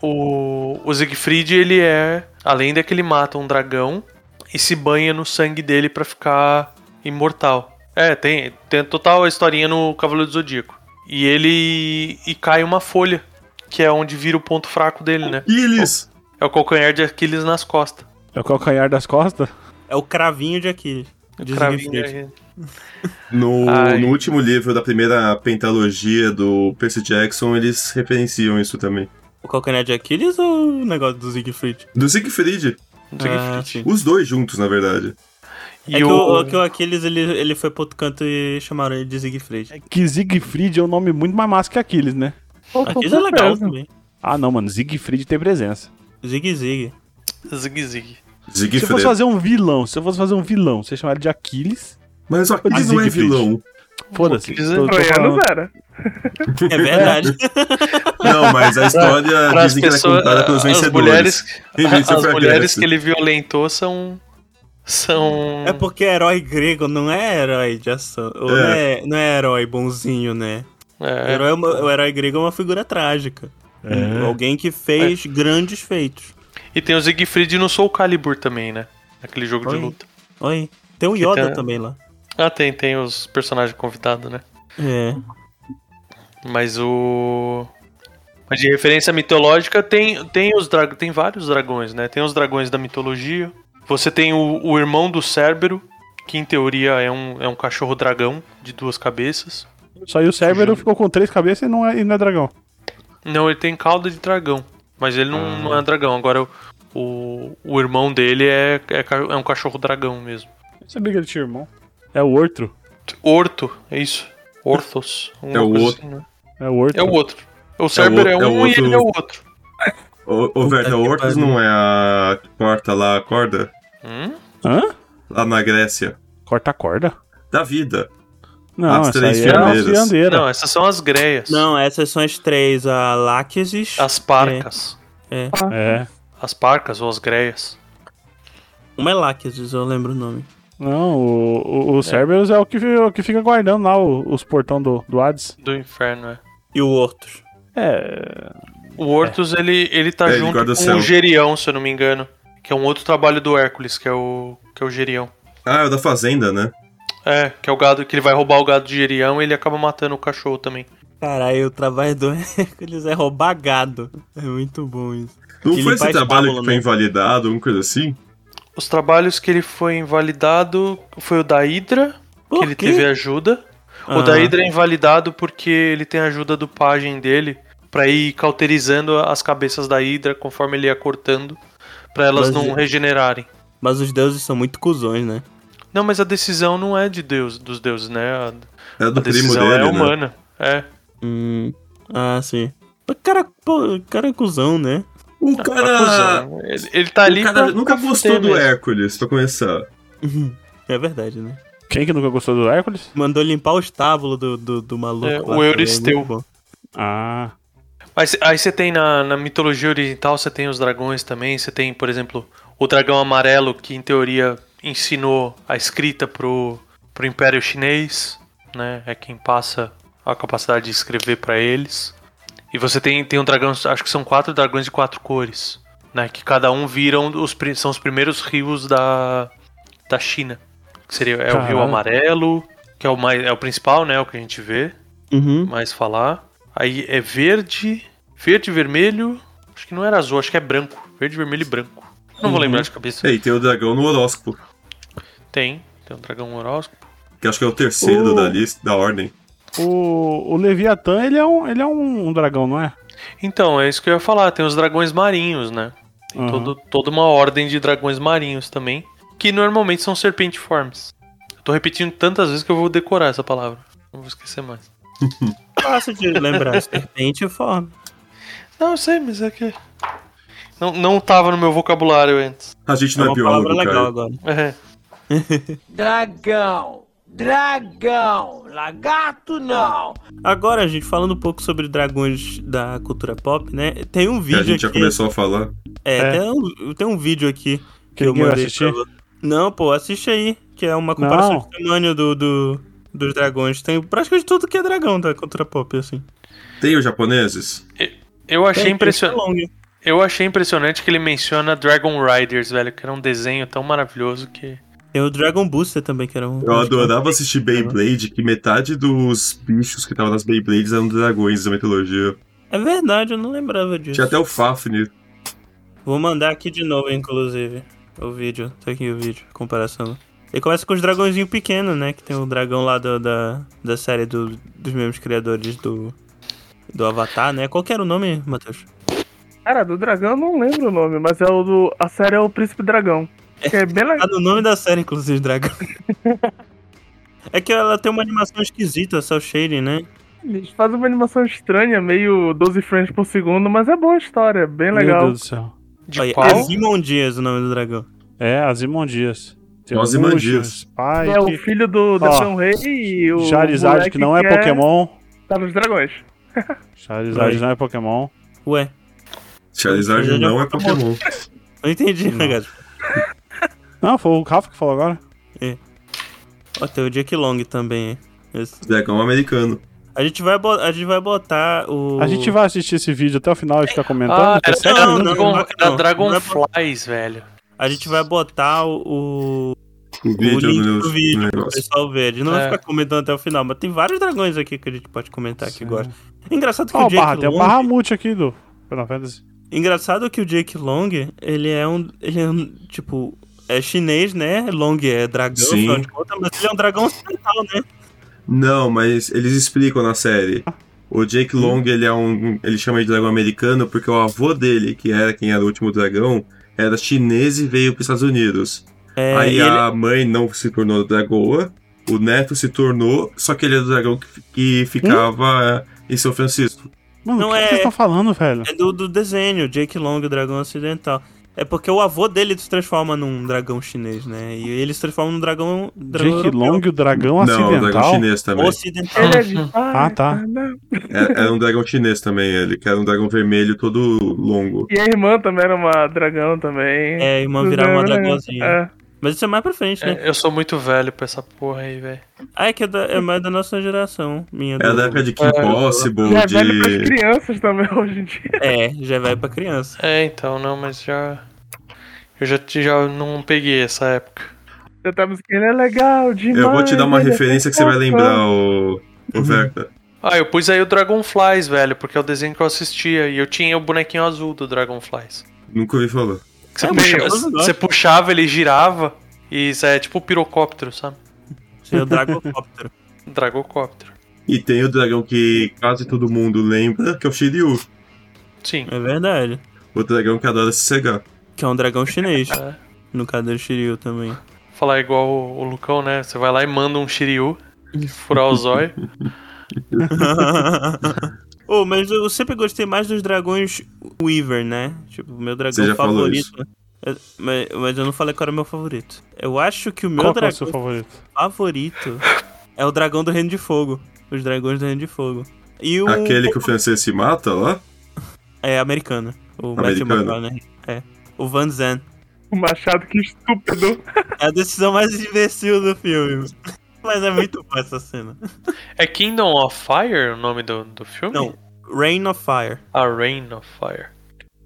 S4: O, o Siegfried, ele é. Além de que ele mata um dragão e se banha no sangue dele pra ficar imortal. É, tem, tem total a historinha no Cavaleiro do Zodíaco. E ele. E cai uma folha, que é onde vira o ponto fraco dele, né?
S3: Aquiles!
S4: É o calcanhar de Aquiles nas costas.
S2: É o calcanhar das costas?
S1: É o cravinho de Aquiles. De
S4: Cravinho
S1: Siegfried.
S4: de-
S3: No,
S4: Ai.
S3: no último livro da primeira pentalogia do Percy Jackson, eles referenciam isso também.
S1: O calcanhar de Aquiles ou o negócio do Siegfried?
S3: Do Siegfried,
S4: do Siegfried.
S1: Ah, sim.
S3: os dois juntos, na verdade.
S1: É
S4: E
S1: que
S4: o-
S1: o, que o Aquiles ele, ele foi pro outro canto e chamaram ele de Siegfried.
S2: É que Siegfried é um nome muito mais massa que Aquiles, né?
S1: Aquiles é legal também.
S2: Ah, não, mano. Siegfried tem presença.
S1: Zig Zig.
S4: Zig Zig.
S2: Se eu
S3: Siegfried.
S2: fosse fazer um vilão, se eu fosse fazer um vilão, você chamaria de Aquiles?
S3: Mas o Aquiles
S2: Ah,
S3: não é
S2: Siegfried.
S3: vilão.
S2: Foda-se.
S4: Aquiles é
S2: tô- tô
S5: Troianos
S2: falando-
S5: era.
S1: É verdade.
S3: Não, mas a história
S4: Para as
S3: dizem que ela é
S4: pessoas,
S3: contada pelos
S4: as
S3: vencedores.
S4: mulheres,
S3: Quem venceu
S4: as
S3: foi a
S4: mulheres
S3: Grécia.
S4: que ele violentou são são
S1: É porque herói grego não é herói de ação. Ou não, é, não é herói bonzinho, né? O
S4: é,
S1: herói é uma- o herói grego é uma figura trágica. Alguém que fez grandes feitos.
S4: e tem o Siegfried no Soul Calibur também, né? Aquele jogo de
S1: Oi.
S4: luta.
S1: Oi. Tem o
S4: Que
S1: Yoda
S4: tá-
S1: também lá.
S4: Ah, tem, tem os personagens convidados, né?
S1: É.
S4: Mas o mas de referência mitológica tem tem os dra... tem vários dragões, né? Tem os dragões da mitologia. Você tem o, o irmão do Cérbero, que em teoria é um, é um cachorro dragão de duas cabeças.
S2: Só aí o Cérbero ficou com três cabeças e não é, e não é dragão.
S4: Não, ele tem cauda de dragão. Mas ele não,
S3: Ah.
S4: não é dragão. Agora, o- o, o irmão dele é, é, ca- é um cachorro dragão mesmo.
S2: Eu sabia que ele tinha irmão. É o outro.
S4: Orto, é isso. Orthos. alguma
S3: É o
S4: coisa
S3: outro.
S4: assim, né?
S2: É o outro.
S4: É o outro. O Cerber é,
S3: outro- é
S4: um
S3: o
S4: e ele é o outro.
S3: O, o
S1: Puta
S3: Verta
S1: que
S3: Ortiz
S1: pariu.
S3: não é a que corta lá a corda?
S4: Hum?
S2: Hã?
S3: Lá na Grécia.
S2: Corta a corda?
S3: Da vida.
S2: Não,
S3: As
S2: essa
S3: três
S2: aí é a
S3: fiandeiras.
S2: fiandeira.
S4: Não, essas são as greias.
S1: Não, essas são as três. A Láquesis.
S4: As parcas.
S2: É.
S4: As parcas ou as greias.
S1: Uma é Láquesis, eu lembro o nome.
S2: Não, o, o, o Cerberus é o que, o que fica guardando lá o- os portão do, do Hades.
S4: Do inferno, é.
S1: E o Ortos.
S2: É.
S4: O Orthos, ele, ele tá
S3: É, ele
S4: junto
S3: guarda o
S4: com
S3: céu.
S4: o Gerião, se eu não me engano. Que é um outro trabalho do Hércules, que é o, que é o Gerião.
S3: Ah, é o da fazenda, né?
S4: É, que é o gado que ele vai roubar o gado de Gerião e ele acaba matando o cachorro também.
S1: Caralho, o trabalho do Hércules é roubar gado. É muito bom isso.
S3: Não
S1: Que
S3: foi
S1: limpar
S3: esse trabalho
S1: estábulo,
S3: que foi
S1: né?
S3: invalidado, alguma coisa assim?
S4: Os trabalhos que ele foi invalidado foi o da Hydra,
S1: Por
S4: que ele
S1: quê?
S4: teve ajuda. O
S1: Ah.
S4: da Hydra é invalidado porque ele tem a ajuda do pajem dele pra ir cauterizando as cabeças da Hydra conforme ele ia cortando, pra elas
S1: Mas
S4: não
S1: e-
S4: regenerarem.
S1: Mas os deuses são muito cuzões, né?
S4: Não, mas a decisão não é de Deus, dos deuses, né? A,
S3: É do primo
S4: a decisão
S3: dele,
S1: um
S3: né?
S4: é humana. É.
S1: Hum. Ah, sim. Mas cara, pô, cara é cuzão, né?
S3: O cara...
S4: Acusando. Ele, ele tá ali.
S3: Ah, o cara
S4: pra-
S3: nunca
S4: pra
S3: gostou
S4: fuder
S3: do
S4: mesmo.
S3: Hércules, pra começar.
S1: É verdade, né?
S2: Quem que nunca gostou do Hércules?
S1: Mandou limpar o estábulo do, do, do maluco.
S4: É,
S1: lá,
S4: o
S1: também,
S4: Euristeu.
S1: muito bom.
S2: Ah.
S4: Mas aí você tem na, na mitologia oriental, você tem os dragões também, você tem, por exemplo, o dragão amarelo, que em teoria ensinou a escrita pro, pro Império Chinês, né? É quem passa a capacidade de escrever pra eles. E você tem, tem um dragão, acho que são quatro dragões de quatro cores, né? Que cada um viram, os, pri- são os primeiros rios da, da China. Que seria, é o rio
S2: Caralho.
S4: amarelo, que é o, mais, é o principal, né? O que a gente vê
S1: Uhum.
S4: mais falar. Aí é verde, verde, vermelho. Acho que não era azul, acho que é branco. Verde, vermelho e branco. Não
S1: Uhum.
S4: vou lembrar de cabeça.
S3: É, e tem o dragão no horóscopo,
S4: Tem, tem um dragão horóscopo.
S3: que acho que é o terceiro
S2: Uh.
S3: da lista, da ordem.
S2: O, o Leviatã, ele é, um, ele é um, um dragão, não é?
S4: Então, é isso que eu ia falar. Tem os dragões marinhos, né? Tem
S1: Uhum.
S2: Aham.
S4: todo, toda uma ordem de dragões marinhos também. Que normalmente são serpentiformes. Eu tô repetindo tantas vezes que eu vou decorar essa palavra. Não vou esquecer mais.
S1: Fácil de lembrar. Serpente é e forma.
S4: Não, eu sei, mas é que. Não, não tava no meu vocabulário antes.
S3: A gente
S1: É
S3: não é,
S1: uma palavra
S3: biólogo,
S1: legal
S3: cara.
S1: agora.
S4: É.
S8: Dragão! Dragão, lagarto não.
S1: Agora, gente, falando um pouco sobre dragões da cultura pop, né? Tem um
S3: Que
S1: vídeo
S3: a gente já
S1: aqui.
S3: começou a falar.
S1: É,
S2: É.
S1: Tem, um, tem um vídeo aqui que, eu
S2: ninguém vai
S1: mandei
S2: assistir?
S1: pra você. Não, pô, assiste aí, que é uma comparação
S2: Não.
S1: de tamanho do, do- dos dragões. Tem praticamente tudo que é dragão da cultura pop, assim.
S3: Tem os japoneses?
S4: Eu achei
S1: Tem- é
S4: impressionante.
S1: tem longa.
S4: Eu achei impressionante que ele menciona Dragon Riders, velho, que era um desenho tão maravilhoso que.
S1: Tem o Dragon Booster também, que era um.
S3: Eu adorava assistir Beyblade, que metade dos bichos que estavam nas Beyblades eram dragões da mitologia.
S1: É verdade, eu não lembrava disso.
S3: Tinha até um- o Fafnir.
S1: Vou mandar aqui de novo, inclusive, o vídeo. Tá aqui o vídeo, comparação. Ele começa com os dragãozinhos pequenos, né? Que tem o dragão lá do- da, da série do- dos mesmos criadores do, do Avatar, né? Qual que era o nome, Matheus?
S5: Cara, do dragão eu não lembro o nome, mas é o do. A série é o Príncipe Dragão. Que é bem
S1: Tá
S5: legal.
S1: no nome da série, inclusive, dragão. É que ela tem uma animação esquisita, cel shading, né?
S5: Eles fazem uma animação estranha, meio 12 frames por segundo, mas é boa a história, é bem
S2: Meu
S5: legal.
S2: Deus do céu.
S4: De
S1: Olha,
S4: pau.
S1: Azimondias, o nome do dragão.
S2: É, Azimondias. Tem um
S3: Ozymandias.
S2: Lucius, Pai,
S5: É o filho do Dragão Rei e o.
S2: Charizard, que não é
S5: moleque
S2: Pokémon.
S5: Tá nos dragões.
S2: Charizard
S1: Oi.
S2: não é Pokémon.
S1: Ué,
S3: Charizard não é Pokémon.
S1: não entendi, né, cara?
S2: Não, foi o Rafa que falou agora.
S1: Ó, tem o Jack Long também, hein? Esse-
S3: Dragão americano.
S1: A gente, vai bo- a gente vai botar o.
S2: A gente vai assistir esse vídeo até o final e ficar
S4: Ah,
S1: é
S2: comentando. é
S4: era,
S1: Não,
S4: era
S1: né? não,
S4: Dragon,
S1: não, é
S4: era
S1: não.
S4: Dragonflies, velho.
S1: A gente vai botar o, o- o
S3: O
S1: link
S3: vídeo no,
S1: do
S3: no
S1: vídeo pro
S3: negócio.
S1: pessoal ver. A gente não vai
S4: É.
S1: ficar comentando até o final, mas tem vários dragões aqui que a gente pode comentar que
S2: Sim.
S1: gosta. Engraçado que
S2: Ó,
S1: o
S2: o
S1: Jake
S2: Barra, tem o
S1: Long-
S2: Barramute aqui do Final Fantasy.
S1: Engraçado que o Jake Long, ele é um. Ele é um. Tipo, é chinês, né? Long é dragão,
S3: Sim.
S1: afinal de contas, mas ele é um dragão ocidental, né?
S3: Não, mas eles explicam na série. O Jake Long, ele é um. ele chama de dragão americano porque o avô dele, que era quem era o último dragão, era chinês e veio para os Estados Unidos.
S1: É,
S3: Aí
S1: e ele-
S3: a mãe não se tornou dragoa, o neto se tornou, só que ele era o dragão que, que ficava em São Francisco.
S2: Mano,
S1: Não
S2: o que,
S1: é-
S2: que vocês estão falando, velho?
S1: é do, do desenho, Jake Long, o dragão ocidental. É porque o avô dele se transforma num dragão chinês, né? E ele se transforma num dragão. dragão
S2: Jake
S1: europeu.
S2: Long, o
S5: Um
S2: dragão
S3: não, o dragão
S2: acidental.
S3: chinês também.
S1: Ocidental.
S5: Ele é de.
S2: Ah, tá.
S3: Era, era um dragão chinês também, ele, que era um dragão vermelho todo longo.
S5: E a irmã também era uma dragão também.
S1: É, irmã virar uma dragãozinha.
S5: É.
S1: Mas isso é mais pra frente, né?
S4: É, eu sou muito velho pra essa porra aí, velho.
S1: Ah, é que é, da- é mais da nossa geração. Minha
S3: Era
S1: do-
S3: da época de
S4: É,
S3: Kim Possible,
S5: E é velho pras
S3: de.
S5: crianças também hoje em dia.
S1: É, já vai pra criança.
S4: É, então, não, mas já. Eu já, já não peguei essa época.
S5: Tá a musiquinha, ele é legal demais.
S3: Eu vou te dar uma
S5: ele é
S3: referência que você vai lembrar, o, o Verta.
S4: Ah, eu pus aí o Dragonflies, velho, porque é o desenho que eu assistia. E eu tinha o bonequinho azul do Dragonflies.
S3: Nunca ouvi falar.
S4: Que Você,
S1: É, mas
S4: puxava,
S1: eu gosto.
S4: você puxava, ele girava. E isso é tipo o pirocóptero, sabe?
S1: Seria é o Dragocóptero.
S4: Dragocóptero.
S3: E tem o dragão que quase todo mundo lembra, que é o Shiryu.
S4: Sim.
S1: É verdade.
S3: O dragão que adora se cegar.
S1: Que é um dragão chinês.
S4: É.
S1: No caso do Shiryu também.
S4: Falar igual o, o Lucão, né? Você vai lá e manda um Shiryu furar os olhos.
S1: oh, mas eu sempre gostei mais dos dragões Weaver, né? Tipo, o meu dragão
S3: Você já falou
S1: favorito. É, Mas, mas eu não falei qual era o meu favorito. Eu acho que o meu
S2: Qual que é o
S1: dragão
S2: seu favorito?
S1: favorito é o dragão do Reino de Fogo. Os dragões do Reino de Fogo. E
S4: Então,
S1: o.
S3: Aquele que o francês se mata lá?
S1: É americano. O Matthew
S3: Americano.
S1: McConaughey. É. O Van Zandt.
S5: O um Machado, que estúpido.
S1: É a decisão mais imbecil do filme. Mas é muito boa essa cena.
S4: É Kingdom of Fire o nome do, do filme?
S1: Não. Rain of Fire.
S4: A Rain of Fire.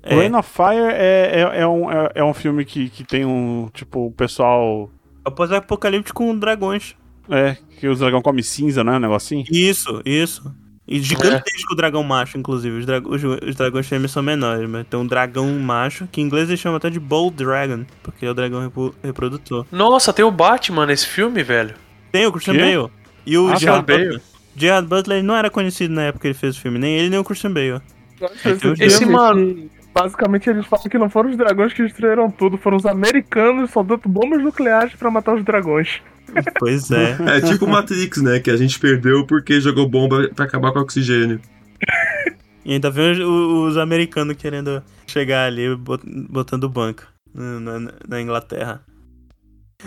S1: É,
S2: Rain of Fire é, é, é um, é, é um filme que, que tem um, tipo, o pessoal...
S1: após apocalipse com dragões.
S2: É, que os dragão come cinza, né? Um negocinho.
S1: Isso, isso. E gigantesco dragão macho, inclusive. Os, dra- os- os dragões fêmeas são menores, mas tem um dragão macho, que em inglês eles chamam até de Bold Dragon, porque é o dragão repu- reprodutor.
S4: Nossa, tem o Batman nesse filme, velho.
S1: Tem o Christian
S2: Quê?
S1: Bale. E o
S2: Ah,
S1: Gerard
S4: tá.
S1: Butler. Gerard Butler ele não era conhecido na época que ele fez o filme, nem ele nem o Christian Bale.
S4: Esse
S5: filme,
S4: mano-
S5: Basicamente, eles falam que não foram os dragões que destruíram tudo, foram os americanos soltando bombas nucleares pra matar os dragões.
S1: Pois é.
S3: É tipo Matrix, né? Que a gente perdeu porque jogou bomba pra acabar com o oxigênio.
S1: E ainda vem os, os americanos querendo chegar ali, bot- botando banca na, na- na Inglaterra.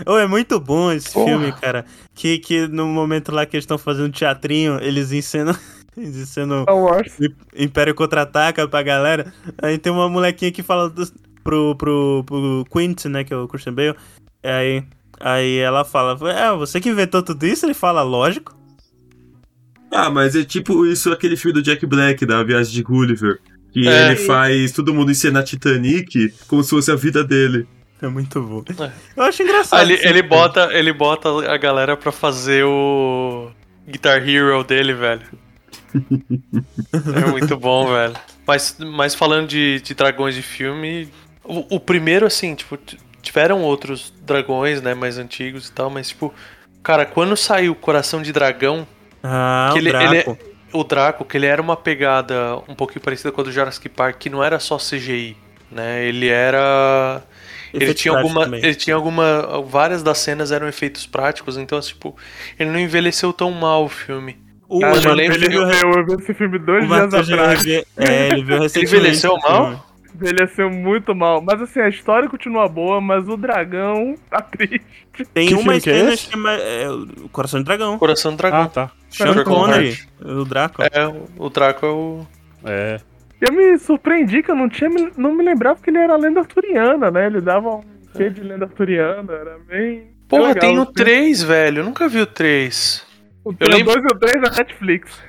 S1: Oh, é muito bom esse filme, cara. Que, que no momento lá que eles estão fazendo teatrinho, eles ensinam. Eles ensinam
S5: Star Wars.
S1: Império Contra-Ataca pra galera. Aí tem uma molequinha que fala dos- pro, pro, pro Quint, né? Que é o Christian Bale. Aí, aí ela fala: É, você que inventou tudo isso? Ele fala: Lógico.
S3: Ah, mas é tipo isso, aquele filme do Jack Black, da Viagem de Gulliver. Que
S4: É.
S3: ele faz todo mundo encenar Titanic como se fosse a vida dele.
S1: É muito bom.
S4: É.
S1: Eu acho engraçado.
S4: Ah, ele,
S1: esse
S4: ele
S1: filme.
S4: bota, ele bota a galera pra fazer o Guitar Hero dele, velho. é muito bom, velho. Mas, mas falando de, de dragões de filme, o, o primeiro, assim, tipo, t- tiveram outros dragões, né, mais antigos e tal, mas, tipo, cara, quando saiu o Coração de Dragão,
S1: Ah,
S4: que
S1: o
S4: ele- é
S1: Draco.
S4: ele- o Draco, que ele era uma pegada um pouquinho parecida com a do Jurassic Park, que não era só CGI, né? Ele era. Ele
S1: Efeitos
S4: tinha, alguma,
S1: práticos também.
S4: ele tinha alguma. Várias das cenas eram efeitos práticos, então, tipo, ele não envelheceu tão mal o filme.
S1: O,
S4: Ah, mas eu lembro
S5: Ele,
S4: que
S1: o-
S5: eu, eu vi esse filme dois
S1: o
S5: dias
S1: Matheus já
S5: atrás.
S1: revi- É, ele viu recentemente.
S4: envelheceu
S1: o
S4: mal?
S1: filme.
S5: Envelheceu muito mal. Mas assim, a história continua boa, mas o dragão tá triste.
S1: Tem
S2: Que
S1: umas
S2: filme que é
S1: cenas
S2: esse?
S1: que é, ma- é o Coração do Dragão.
S4: Coração do Dragão.
S2: Ah, tá.
S1: Sean
S4: Dragon
S1: Connery, o Draco.
S4: É, o- o Draco é o.
S2: É.
S5: Eu me surpreendi que eu não tinha, me- não me lembrava que ele era lenda arturiana, né? Ele dava um quê de lenda arturiana, era bem.
S4: Porra,
S5: legal
S4: tem
S5: o
S4: o
S5: filme.
S4: 3, velho. Eu nunca vi o 3.
S5: O 2
S4: lembro- É
S5: e o 3 da Netflix.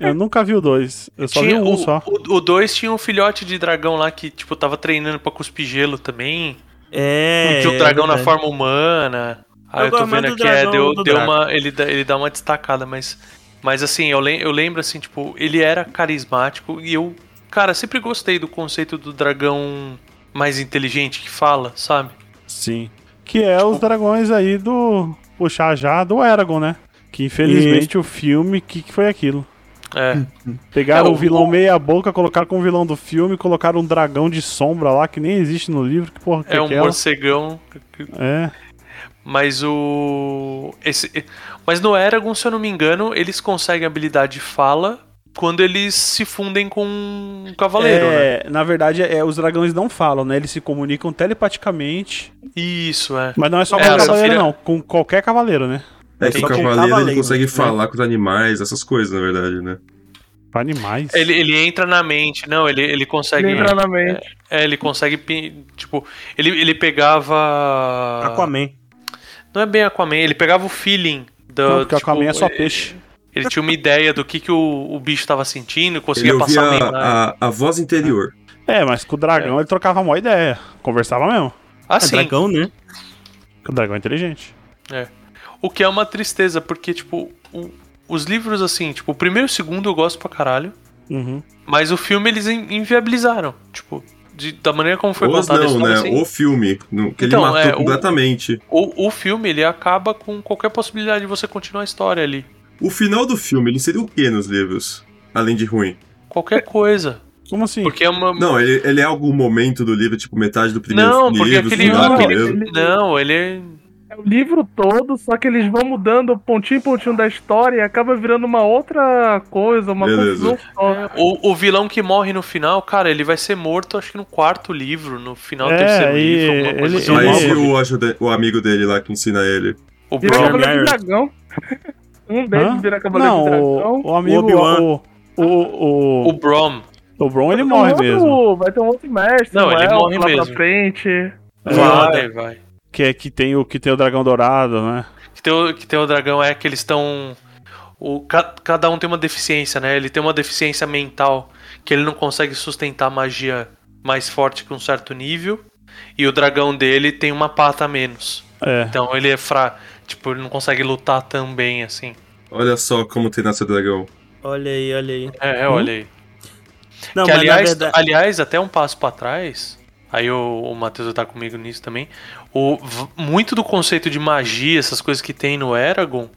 S2: Eu nunca vi o dois. Eu só vi um só.
S4: O 2 tinha um filhote de dragão lá que, tipo, tava treinando pra cuspir gelo também.
S1: É.
S4: tinha o
S1: é
S4: dragão na
S1: verdade.
S4: forma humana. Aí
S1: Eu
S4: eu tô
S1: gosto mais
S4: vendo
S1: do
S4: aqui, é,
S1: dragão
S4: deu,
S1: do
S4: deu
S1: Draco.
S4: uma, ele, dá- ele dá uma destacada, mas. Mas assim, eu, lem- eu lembro assim, tipo, ele era carismático e eu, cara, sempre gostei do conceito do dragão mais inteligente que fala, sabe?
S2: Sim. Que é os dragões aí do. Puxar já do Eragon, né? Que infelizmente o filme, o que, que foi aquilo?
S4: É.
S1: Hum,
S2: Pegaram
S4: É, o-
S2: o vilão meia-boca, colocaram como vilão do filme, colocaram um dragão de sombra lá que nem existe no livro. Que porra que
S4: É um
S2: aquela?
S4: morcegão.
S2: É.
S4: Mas o. Esse... Mas no Eragon, se eu não me engano, eles conseguem a habilidade de fala quando eles se fundem com um cavaleiro, né?
S2: é, Na verdade, é, os dragões não falam, né? Eles se comunicam telepaticamente.
S4: Isso, é.
S2: Mas não é só
S4: É,
S2: com
S4: a
S2: cavaleiro,
S4: Safira-
S2: não. Com qualquer cavaleiro, né?
S3: É
S1: Tem
S3: que o
S1: que-
S3: cavaleiro ele
S1: cavaleiro,
S3: consegue
S1: né?
S3: falar com os animais, essas coisas, na verdade, né?
S2: Pra animais.
S4: Ele, ele entra na mente, não, ele, ele consegue.
S5: Ele entra na mente.
S4: É, ele consegue. pin- Tipo, ele, ele pegava.
S1: Ah, Aquaman.
S4: Não é bem Aquaman, ele pegava o feeling. Da,
S2: Não, porque
S4: tipo,
S2: a caminha é só
S4: ele,
S2: peixe.
S4: ele tinha uma ideia do que, que o, o bicho tava sentindo,
S3: Ele
S4: conseguia
S3: ouvia
S4: passar né? meio. lá.
S3: a, a, a voz interior.
S2: É, mas com o dragão ele trocava uma ideia. Conversava mesmo.
S1: É
S4: Assim,
S1: dragão, né?
S2: Que O dragão é inteligente.
S4: o que é uma tristeza, porque, tipo, o- os livros, assim, tipo, o primeiro e o segundo eu gosto pra caralho,
S2: Uhum.
S4: mas o filme eles in- inviabilizaram. Tipo, de- da maneira como foi
S3: Ou as
S4: contada a
S3: não,
S4: história,
S3: né?
S4: assim,
S3: O filme, no- que
S4: Então,
S3: ele matou
S4: é, o-
S3: completamente.
S4: o, o filme ele acaba com qualquer possibilidade de você continuar a história ali.
S3: O final do filme, ele seria o quê nos livros? Além de ruim.
S4: Qualquer coisa.
S2: Como assim?
S4: Porque é uma.
S3: Não, ele, ele é algum momento do livro, tipo metade do primeiro
S4: Não, porque
S3: livro,
S4: aquele-
S3: final
S5: aquele-
S3: assim, mesmo.
S4: Não, ele.
S5: É o livro todo, só que eles vão mudando pontinho em pontinho da história e acaba virando uma outra coisa, uma
S3: Beleza.
S5: confusão só.
S4: O, o vilão que morre no final, cara, ele vai ser morto, acho que no quarto livro, no final do
S2: É,
S4: terceiro
S2: aí
S4: livro, alguma
S2: ele-
S4: coisa assim.
S2: ele-
S3: Mas
S2: Não,
S3: e o, ajuda- o amigo dele lá que ensina ele?
S4: O
S5: Vira
S1: Brown
S4: Brom.
S5: cavaleiro de
S1: Merritt.
S5: dragão. Um
S2: Hã?
S5: deles vira cavaleiro
S2: Não,
S5: de dragão.
S2: o, o amigo.
S1: Obi-Wan.
S2: O, o, o,
S4: O Brom.
S2: o Bron ele
S5: Vai ter um
S2: morre
S5: outro-
S2: mesmo.
S5: Vai ter um outro mestre,
S4: Não,
S5: um
S4: ele
S5: elfo
S4: morre
S5: lá
S4: mesmo.
S5: pra frente.
S2: É.
S4: Vai, vai.
S2: Que, é, que, tem o, que tem o dragão dourado, né?
S4: Que tem, o, que tem o dragão é que eles estão. O, ca- cada um tem uma deficiência, né? Ele tem uma deficiência mental que ele não consegue sustentar magia mais forte que um certo nível. E o dragão dele tem uma pata a menos.
S2: É.
S4: Então ele é fraco. Tipo, ele não consegue lutar tão bem assim.
S3: Olha só como tem nascer dragão.
S1: Olha aí, olha aí.
S4: É, olha aí.
S1: Não,
S4: que,
S1: mas
S4: aliás,
S1: na verdade.
S4: aliás, até um passo pra trás, aí o, o Matheus tá comigo nisso também. O, v- muito do conceito de magia, essas coisas que tem no Eragon,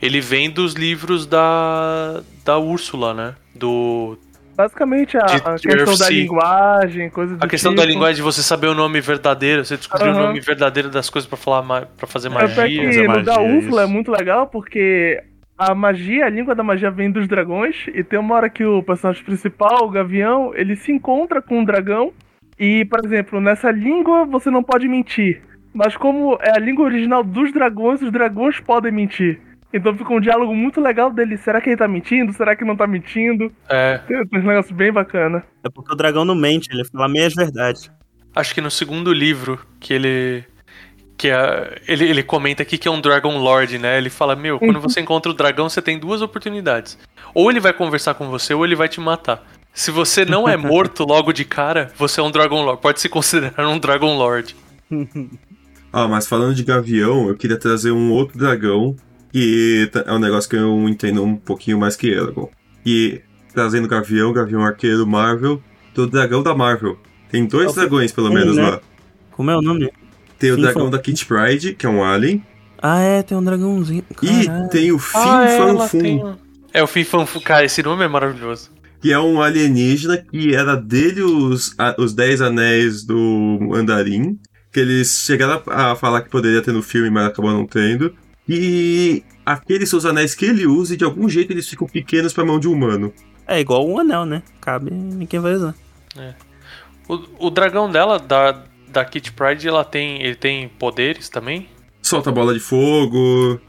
S4: ele vem dos livros da, da Úrsula, né? Do,
S5: Basicamente, a,
S4: De
S5: a questão da
S4: TFC.
S5: linguagem, coisa do
S4: a questão
S5: tipo.
S4: da linguagem de você saber o nome verdadeiro, você descobrir o
S5: Aham.
S4: nome verdadeiro das coisas pra falar ma-
S1: É
S4: para fazer
S5: Até
S4: magia.
S2: Magias,
S5: é que no da
S2: magias,
S5: Úrsula é
S2: isso.
S5: muito legal, porque a magia, a língua da magia vem dos dragões, e tem uma hora que o personagem principal, o Gavião, ele se encontra com um dragão, e, por exemplo, nessa língua você não pode mentir. Mas como é a língua original dos dragões, os dragões podem mentir. Então fica um diálogo muito legal dele. Será que ele tá mentindo? Será que não tá mentindo?
S4: É,
S5: Tem tem um negócio bem bacana.
S1: É porque o dragão não mente, ele fala meias verdades.
S4: acho que no segundo livro que ele que é- ele, ele comenta aqui que é um Dragon Lord, né? Ele fala: "Meu, quando você encontra o dragão, você tem duas oportunidades. Ou ele vai conversar com você ou ele vai te matar. Se você não é morto logo de cara, você é um Dragon Lord, pode se considerar um Dragon Lord.
S3: Ah, mas falando de gavião, eu queria trazer um outro dragão, que tá- é um negócio que eu entendo um pouquinho mais que Eragon. E trazendo gavião, gavião arqueiro Marvel, do dragão da Marvel. Tem dois
S1: É o que-
S3: dragões, pelo
S1: Tem,
S3: menos,
S1: né?
S3: lá.
S1: Como é o nome?
S3: Tem o
S1: Sim,
S3: dragão
S1: foi.
S3: da Kit Pride, que é um alien,
S1: Ah, é, tem um dragãozinho.
S3: e
S1: Caralho.
S3: tem o Fin
S4: Ah, ela
S3: Fanfum,
S4: tem um- É o Fifanfu, cara, esse nome é maravilhoso.
S3: que é um alienígena que era dele os, a- os Dez Anéis do Andarim, que eles chegaram a, a falar que poderia ter no filme, mas acabou não tendo. E aqueles seus anéis que ele usa, e de algum jeito eles ficam pequenos pra mão de um humano.
S1: É igual um anel, né? Cabe em quem vai usar.
S4: O, o dragão dela da da Kit Pride, ela tem ele tem poderes também?
S3: Solta bola de fogo.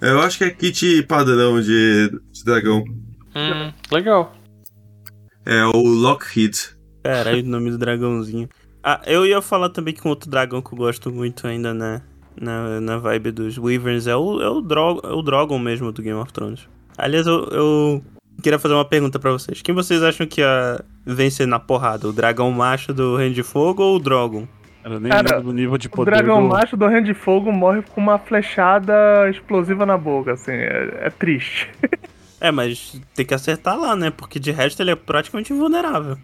S3: Eu acho que é kit padrão de, de dragão.
S4: Hum, legal.
S3: É o Lockheed.
S1: Caralho, o nome do dragãozinho. Ah, eu ia falar também que um outro dragão que eu gosto muito ainda na, na, na vibe dos Wyverns é o, é, o Dro é o Drogon mesmo do Game of Thrones. Aliás, eu, eu queria fazer uma pergunta pra vocês. Quem vocês acham que ia vencer na porrada? O dragão macho do Reino de Fogo ou o Drogon?
S2: Ela nem
S5: Cara,
S2: lembra do nível de
S5: O
S2: poder
S5: dragão
S2: do...
S5: macho do Reino de Fogo morre com uma flechada explosiva na boca, assim. É, é triste.
S1: É, mas tem que acertar lá, né? Porque de resto ele é praticamente invulnerável.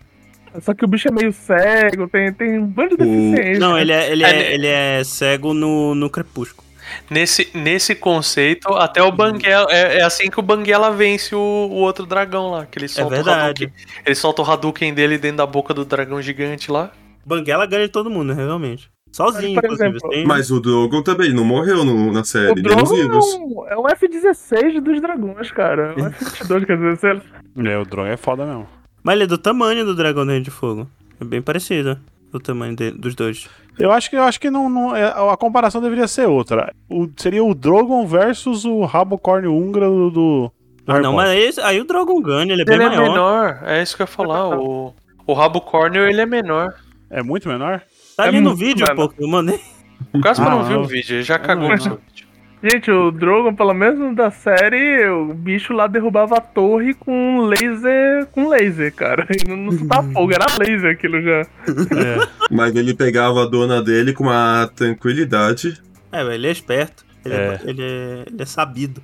S5: Só que o bicho é meio cego, tem, tem um bando de
S3: O-
S5: deficiência.
S1: Não, ele é, ele
S4: É,
S1: é,
S4: né?
S1: ele é cego no, no crepúsculo.
S4: Nesse, nesse conceito, até o Banguela. É, é assim que o Banguela vence o, o outro dragão lá. Que ele
S1: É
S4: solta
S1: verdade.
S4: o Hadouken. Ele solta o Hadouken dele dentro da boca do dragão gigante lá.
S1: Banguela ganha de todo mundo, realmente. Sozinho,
S5: Mas, por
S1: inclusive.
S5: exemplo,
S1: sem-
S3: Mas o Drogon também não morreu no- na série,
S5: O
S3: nem nos
S5: Drogon é
S3: livros.
S5: um, é um F-16 dos dragões, cara. É um F-22, quer dizer, sei lá.
S2: É, o drone é foda mesmo.
S1: Mas ele é do tamanho do dragão do Reino de Fogo. É bem parecido o tamanho de- dos dois.
S2: Eu acho que, eu acho que não, não- é, a comparação deveria ser outra. O- seria o Drogon versus o Rabocorn húngaro do, do
S1: Ah,
S2: Harry
S1: não,
S2: Potter.
S1: mas esse- aí o dragão ganha, ele é bem
S4: ele
S1: maior.
S4: é menor. É isso que eu ia falar. O, o rabo corneo ele é menor.
S2: É muito menor?
S1: Tá
S5: É
S1: ali no
S5: muito
S1: vídeo, pô,
S5: menor.
S1: que eu mandei.
S4: O Casper
S2: Ah,
S4: não viu
S2: não.
S4: o vídeo, ele já
S2: não
S4: cagou
S2: vi,
S4: no
S2: não.
S4: seu vídeo.
S5: Gente, o Drogon, pelo menos da série, o bicho lá derrubava a torre com laser, com laser, cara. E não, não soltava fogo, era laser aquilo já.
S2: É.
S3: Mas ele pegava a dona dele com uma tranquilidade.
S1: É, velho, ele é esperto. Ele é,
S2: É.
S1: ele é- ele é sabido.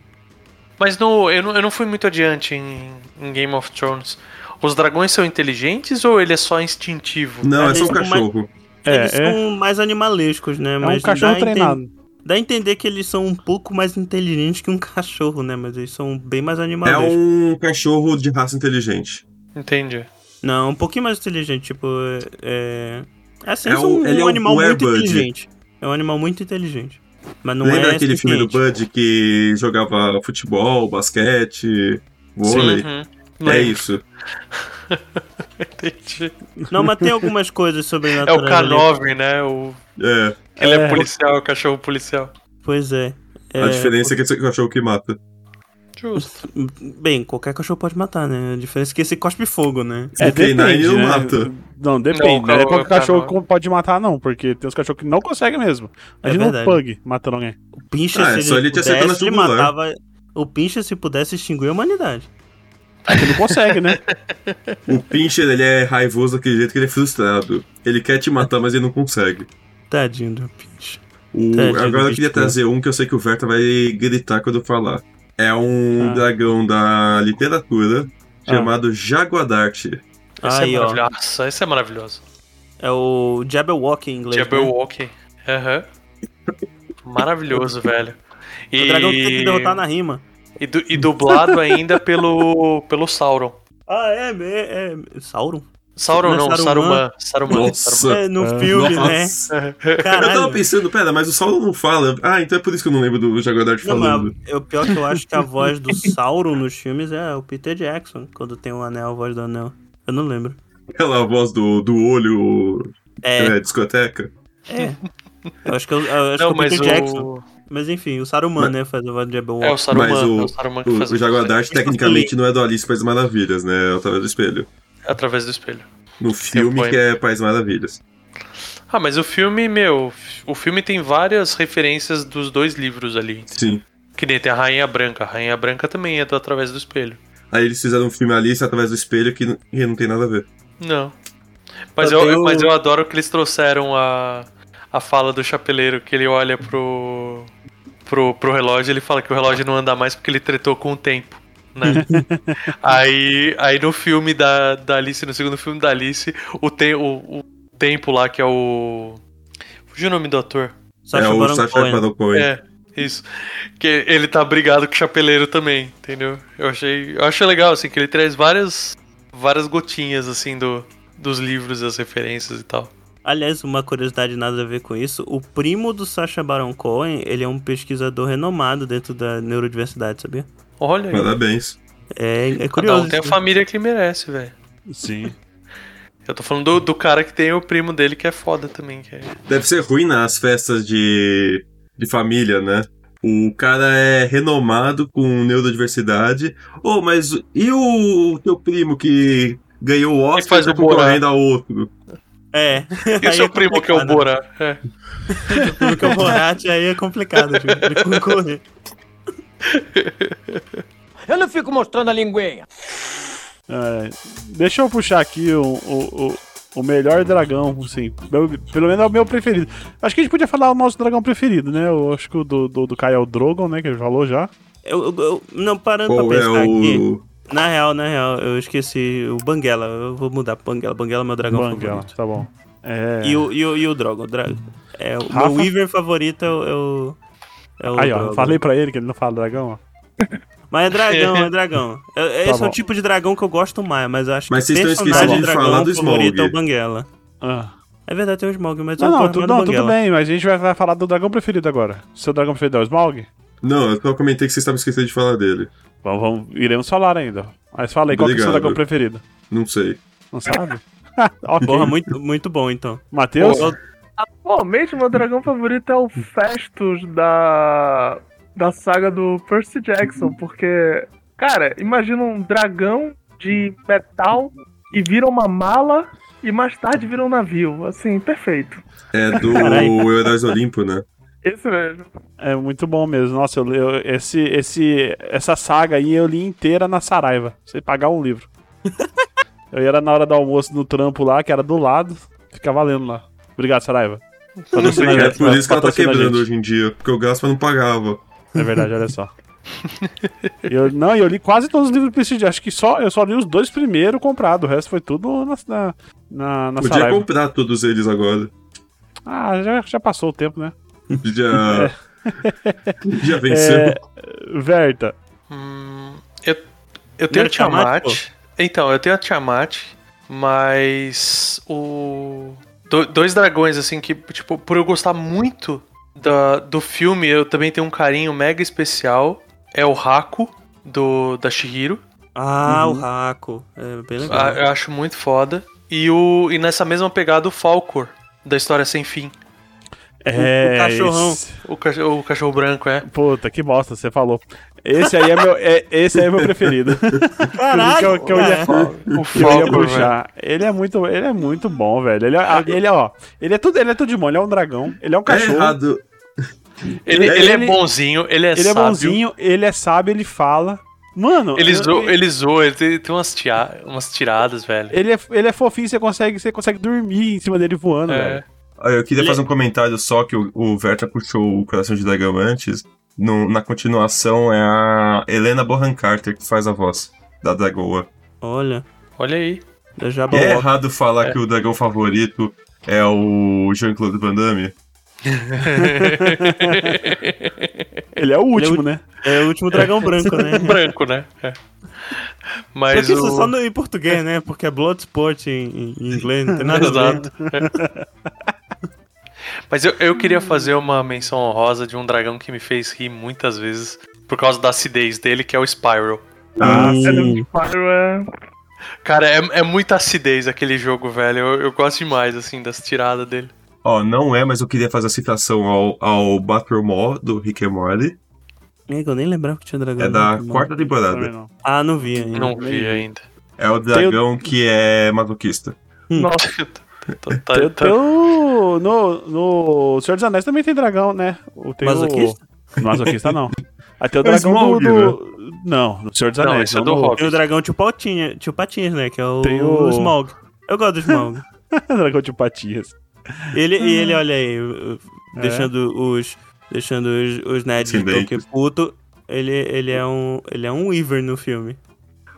S4: Mas no, eu, não, eu não fui muito adiante em, em Game of Thrones. Os dragões são inteligentes ou ele é só instintivo?
S3: Não,
S1: Mas
S3: é só um
S1: eles são mais-
S3: cachorro.
S1: eles
S2: É, é,
S1: são mais animalescos, né?
S2: é um
S1: Mas
S2: cachorro
S1: dá a enten-
S2: treinado.
S1: Dá a entender que eles são um pouco mais inteligentes que um cachorro, né? Mas eles são bem mais
S3: É
S1: animalescos.
S3: um cachorro de raça inteligente.
S4: Entendi.
S1: Não, um pouquinho mais inteligente, tipo. É. é Assim,
S3: É
S1: eles são
S3: um-
S1: um,
S3: ele é um
S1: animal muito
S3: Werebird.
S1: inteligente. É um animal muito inteligente. Mas não
S3: Lembra
S1: é
S3: aquele filme do
S1: suficiente.
S3: Bud que jogava futebol, basquete, vôlei?
S4: Uhum.
S3: É
S4: Lembro.
S3: isso.
S4: Entendi.
S1: Não, mas tem algumas coisas
S4: É o
S1: sobrenaturais. Tá ali.
S4: K9, né? O,
S3: É.
S4: ele é,
S2: É.
S4: policial, é o cachorro policial.
S1: Pois é. É,
S3: A diferença é que esse é o cachorro que mata.
S4: Justo.
S1: Bem, qualquer cachorro pode matar, né? A diferença é que esse cospe fogo, né?
S2: É,
S3: K9
S2: depende,
S3: não
S2: né?
S3: mata.
S2: Não, depende.
S4: Não,
S2: Não, é
S4: calma,
S2: porque
S5: tá
S2: cachorro
S4: calma.
S2: pode matar, não, porque tem uns cachorros que não conseguem mesmo.
S1: É
S2: Imagina um
S1: verdade.
S2: pug matando alguém.
S1: O Pincha,
S3: Ah, é
S1: se
S3: só
S1: ele
S3: ele te acertar na
S1: pudesse, ele
S3: jugular.
S1: matava... O Pincha, se pudesse, extinguir a humanidade.
S2: É que ele consegue, né?
S3: O Pincher, ele é raivoso daquele jeito que ele é frustrado. Ele quer te matar, mas ele não consegue.
S1: Tadinho do Pincha.
S3: O-
S1: Tadinho
S3: Agora
S1: do
S3: eu queria
S1: bichinho.
S3: trazer um que eu sei que o Verta vai gritar quando eu falar. É um
S2: Ah.
S3: dragão da literatura
S1: Ah.
S3: chamado Jaguadarte.
S4: Esse
S1: Aí,
S4: é
S1: ó.
S4: maravilhoso. Nossa, esse é maravilhoso.
S1: É o Jabberwock em inglês. né?
S4: Jabberwock. Aham. Maravilhoso, velho. E,
S1: né? O dragão que tem que derrotar na rima.
S4: e, du- e dublado ainda pelo, pelo Sauron.
S1: Ah, é? É, é- Sauron?
S4: Sauron
S1: Não é
S4: não, Saruman.
S1: Saruman?
S4: Saruman.
S3: Nossa.
S1: É, no
S2: Ah.
S1: filme,
S3: Nossa.
S1: né?
S3: Eu tava
S1: Caralho.
S3: pensando, pera, mas o Saulo não fala. Ah, então é por isso que eu não lembro do Jaguadarte
S1: Não,
S3: falando.
S1: mas é o pior que eu acho que a voz do Sauron nos filmes é o Peter Jackson, quando tem o anel, a voz do anel. Eu não lembro.
S3: Aquela voz do, do olho
S1: É,
S3: é, discoteca.
S1: É. Eu acho que, eu, eu acho
S4: Não,
S1: que o
S4: mas
S1: Peter Jackson.
S4: o.
S1: Mas enfim, o Saruman, né? Faz o Vanjabel
S4: É o
S1: Walk.
S4: Saruman.
S3: Mas o-
S4: é o Saruman que faz
S3: O, o Jaguadart,
S1: isso aí.
S3: tecnicamente, não é do Alice País Maravilhas, né? É através do espelho.
S4: Através do espelho.
S3: No filme
S4: põe-
S3: que é País Maravilhas.
S4: Ah, mas o filme, meu, o filme tem várias referências dos dois livros ali.
S3: Sim.
S4: Que nem tem a Rainha Branca. A Rainha Branca também é do Através do Espelho.
S3: Aí eles fizeram um filme Alice através do espelho que n- que não tem nada a ver.
S4: Não. Mas
S1: Eu
S4: eu,
S1: tenho-
S4: mas eu adoro que eles trouxeram a, a fala do chapeleiro, que ele olha pro, pro, pro relógio e ele fala que o relógio não anda mais porque ele tretou com o tempo. Né? aí, aí no filme da, da Alice, no segundo filme da Alice, o, te, o, o tempo lá, que é o. Fugiu o nome do ator.
S1: Sacha
S3: é o
S1: Baron Cohen.
S3: Sacha Baron Cohen.
S4: É, isso. Que ele tá brigado com o chapeleiro também, entendeu? Eu achei, eu achei legal, assim, que ele traz várias, várias gotinhas, assim, do, dos livros, das referências e tal.
S1: Aliás, uma curiosidade nada a ver com isso, o primo do Sacha Baron Cohen, ele é um pesquisador renomado dentro da neurodiversidade, sabia?
S4: Olha aí.
S3: Parabéns.
S1: É, é
S4: Cada
S1: curioso.
S4: um tem a
S1: isso.
S4: família que merece, velho.
S2: Sim.
S4: Eu tô falando do, do cara que tem o primo dele que é foda também. Que é...
S3: Deve ser ruim nas festas de, de família, né? O cara é renomado com neurodiversidade. Ô, mas e o teu primo que ganhou o Oscar
S4: Que faz
S3: tá
S4: o Borá.
S3: concorrendo a outro?
S1: É.
S4: E o
S1: Aí
S4: seu
S1: é
S4: primo que é o
S1: complicado.
S4: Borá. É.
S1: O primo que é o Borat, aí é complicado de, de concorrer.
S8: Eu não fico mostrando a linguinha.
S2: É, deixa eu puxar aqui o, o, o, o melhor dragão, assim. meu- pelo menos é o meu preferido. Acho que a gente podia falar o nosso dragão preferido, né? Eu acho que o do, do, do Kai é o Drogon, né? Que ele falou já.
S1: Eu, eu- eu- não, parando
S3: Ou
S1: pra
S3: é
S1: pensar aqui.
S3: o.
S1: Na real, na real, eu esqueci o Banguela. Eu vou mudar pro Banguela. Banguela é meu dragão
S2: Banguela,
S1: favorito.
S2: tá bom. É,
S1: E o, e o, e o Drogon. o Dra- É, o
S2: Rafa?
S1: meu Weaver favorito é o. é o- é o
S2: aí, ó,
S1: Drogon.
S2: falei pra ele que ele não fala dragão, ó.
S1: Mas é dragão, é dragão. É- é-
S2: Tá
S1: Esse é
S2: bom.
S1: o tipo de dragão que eu gosto mais, mas eu acho
S3: Mas
S1: que o
S3: vocês estão
S1: personagem
S2: esquecendo de
S1: dragão
S3: falar do
S1: favorito
S3: Smaug.
S1: é o Banguela.
S2: Ah.
S1: É verdade, tem o Smaug, mas
S2: Não,
S1: eu
S2: não,
S1: gosto
S2: tu,
S1: mais
S2: não
S1: do
S2: tudo
S1: Banguela.
S2: bem, mas a gente vai, vai falar do dragão preferido agora. Seu dragão preferido é o Smaug?
S3: Não, eu só comentei que vocês estavam esquecendo de falar dele.
S2: Vamos, vamos, iremos falar ainda. Mas fala aí, qual que é o seu
S3: Obrigado.
S2: dragão preferido?
S3: Não sei.
S2: Não sabe? ok.
S1: Porra, muito, muito bom então.
S2: Matheus?
S1: Porra.
S5: Atualmente, meu dragão favorito é o Festus da, da saga do Percy Jackson, porque, cara, imagina um dragão de metal e vira uma mala e mais tarde vira um navio. Assim, perfeito.
S3: É do
S1: Caralho.
S3: Heróis do Olimpo, né?
S5: Esse mesmo.
S2: É muito bom mesmo. Nossa, eu, eu- esse, esse, essa saga aí eu li inteira na Saraiva. Sem pagar um livro. eu ia na hora do almoço no trampo lá, que era do lado. Ficava lendo lá. Obrigado, Saraiva. Patrocina a
S3: É
S2: gente,
S3: por
S2: né?
S3: isso que ela tá
S2: Patrocina a
S3: quebrando
S2: gente.
S3: hoje em dia, porque o Gaspa não pagava.
S2: É verdade, olha só. Eu, não, eu li quase todos os livros do Prestige. Acho que só eu só li os dois primeiros comprados. O resto foi tudo na, na, na, na
S3: Podia
S2: Saraiva.
S3: comprar todos eles agora.
S2: Ah, já, já passou o tempo, né?
S3: Já. Já venceu.
S2: É, Verta.
S4: Hum, eu, eu tenho
S1: era
S4: a Tiamat.
S1: Tiamat, pô?
S4: então, eu tenho a Tiamat, mas o. do- dois dragões, assim, que, tipo, por eu gostar muito da, do filme, eu também tenho um carinho mega especial. É o Haku, do, da Shihiro.
S2: Uhum.
S1: Ah, o Raco. É bem legal.
S4: Ah, eu acho muito foda. E, o, e nessa mesma pegada, o Falcor, da História Sem Fim.
S2: É,
S1: o cachorrão.
S2: esse-
S4: O, cacho- o cachorro branco, é.
S2: Puta, que bosta, você falou. Esse aí é meu, é- esse aí é meu preferido.
S1: Caralho!
S2: que eu- que eu ia-
S1: é.
S4: O
S2: Que eu ia
S4: Falcor, velho.
S2: puxar. Ele é muito, ele é muito bom, velho. Ele, é- ah, ele é, ó, ele é tudo, ele é tudo de bom, ele é um dragão, ele é um
S3: É
S2: cachorro.
S3: errado.
S4: Ele,
S3: Ele-
S4: ele é
S2: ele-
S4: bonzinho, ele é
S2: ele é
S4: sábio.
S2: bonzinho, ele é sábio, ele fala. Mano,
S4: Ele
S2: eu-
S4: zoa, ele, zoa, ele tem, tem umas, tia- umas tiradas, velho.
S2: ele é, ele é fofinho, você consegue, você consegue dormir em cima dele voando, velho.
S4: É.
S3: Ah, Eu queria
S1: Ele-
S3: fazer um comentário só que o, o Verta puxou o Coração de Dragão antes. No- na continuação é a Helena Bohan Carter que faz a voz da Dragoa.
S1: Olha,
S4: Olha aí.
S1: da
S3: E
S1: Jabba
S3: é
S1: Walk.
S3: errado falar que o dragão favorito é o Jean-Claude Van Damme.
S2: Ele é o último,
S1: o-
S2: né?
S1: É o último dragão branco, né?
S4: Branco, né? É.
S1: Só
S4: Mas
S1: que isso
S4: o...
S1: só no, em português, né? Porque é Bloodsport em, em- em inglês, não tem nada a ver.
S4: Exato. É. Mas eu, eu queria fazer uma menção honrosa de um dragão que me fez rir muitas vezes por causa da acidez dele, que é o Spiral.
S3: Ah,
S5: É do Spyro, é-
S4: Cara, é, é muita acidez aquele jogo, velho. Eu, eu gosto demais, assim, das tiradas dele.
S3: Ó, não é, mas eu queria fazer a citação ao, ao Batmore do Rick and Morty.
S1: É que eu nem lembrava que tinha dragão.
S3: É
S1: no
S3: da
S1: Pokémon.
S3: quarta
S2: Também
S3: temporada.
S2: não.
S1: Ah, não vi ainda.
S4: Não vi ainda.
S3: É o dragão que é masoquista.
S1: Hum.
S5: Nossa,
S4: Tá- tá-
S2: Tem,
S4: tá-
S2: tem o- no, no Senhor dos Anéis também tem dragão, né? O- Tem
S1: Masoquista?
S2: O... Masoquista não. Aí tem o
S3: É o
S2: dragão do,
S3: Smaug,
S2: do- Não, no Senhor dos
S4: Não,
S2: Anéis.
S4: esse é do
S2: no-
S4: Hobbit.
S1: Tem o dragão tio Patinhas, tio Patinhas, né? Que é o,
S2: Tem o-
S1: o Smaug. Eu gosto do Smaug.
S2: dragão de Patias.
S1: Ele, e ele, olha aí, uh, deixando os. Deixando os, os nerds de
S3: Sim, bem.
S1: Tolkien puto. Ele, ele é um. Ele é um Weaver no filme.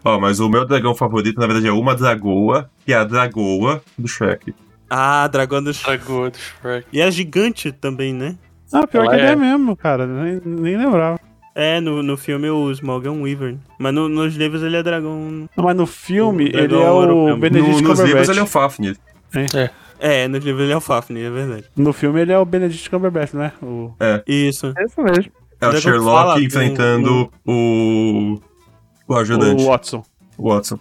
S3: Ó, mas o meu dragão favorito, na verdade, é uma dragoa, que é a dragoa do Shrek.
S1: Ah, dragão do Shrek.
S4: Dragão do Tá Shrek.
S1: E é gigante também, né?
S2: Ah, pior
S4: Ela
S2: que ele é
S4: é.
S2: mesmo, cara. Nem, nem lembrava.
S1: É, no, no filme o Smaug é um Weaver. Mas no- nos livros ele é dragão.
S2: Não, mas no filme,
S1: O
S2: ele
S1: dragão
S2: é o
S1: europeu.
S2: Benedict
S3: No- nos livros
S2: Cumberbatch.
S3: ele é o Fafnir.
S1: É, nos livros ele é o Fafnir, é verdade.
S2: No filme, ele é o Benedict Cumberbatch, né? O...
S1: Isso.
S5: é isso mesmo.
S3: É o
S1: Dragão
S3: Sherlock
S1: fala do-
S3: enfrentando o. O ajudante,
S2: O Watson.
S3: o Watson.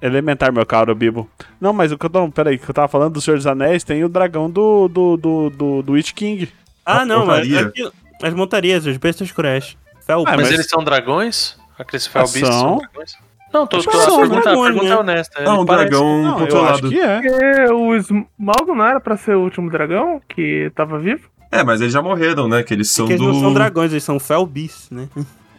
S2: Elementar, meu caro Bibo. Não, mas o que eu tô. Peraí, que eu tava falando do Senhor dos Anéis, tem o dragão do. do. do. do, do Witch King.
S1: Ah, não, mas.
S3: montaria.
S1: aquilo- As montarias, os bestas crash. Felpa.
S2: Ah,
S4: Mas,
S2: mas-
S4: eles são dragões? Aqueles Felbeasts
S2: São.
S4: são dragões? Não, tô,
S2: Acho
S4: tô,
S2: que são
S4: a pergunta, a
S1: dragões,
S4: pergunta
S1: né?
S4: é honesta.
S3: Ah, um
S4: ele parece-
S3: dragão
S2: Não, eu acho
S3: controlado.
S2: que é.
S5: Porque o Smaug não era pra ser o último dragão que tava vivo?
S3: É, mas eles já morreram, né? Que eles são
S1: Porque eles
S3: do.
S1: não são dragões, eles são Felbis, né?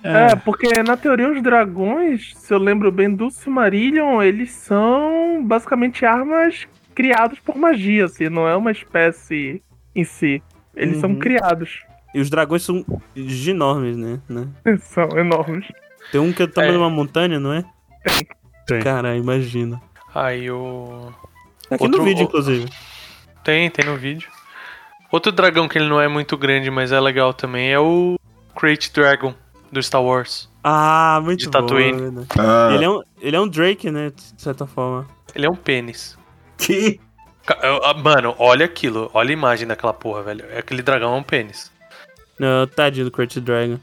S5: É. porque na teoria os dragões, se eu lembro bem do Silmarillion, eles são basicamente armas criadas por magia, assim, não é uma espécie em si. Eles são
S1: Uhum.
S5: criados.
S1: E os dragões são ginormes, né? né?
S5: São enormes.
S1: Tem um que é do tamanho
S4: É.
S1: de uma montanha, não é?
S2: Tem.
S1: Cara, imagina. Tá
S4: Aí o.
S1: Aqui
S4: Outro-
S1: no vídeo,
S4: o-
S1: inclusive.
S4: Tem, tem no vídeo. Outro dragão que ele não é muito grande, mas é legal também, é o Crate Dragon do Star Wars.
S1: Ah, muito
S4: De
S1: bom.
S4: Tatooine.
S1: é verdade.
S3: Ah,
S1: Ele, é um, ele é um Drake, né? De certa forma.
S4: Ele é um pênis.
S3: que?
S4: Ca- eu- ah, Mano, olha aquilo. Olha a imagem daquela porra, velho. Aquele dragão é um pênis.
S1: Não, tadinho do Crit Dragon.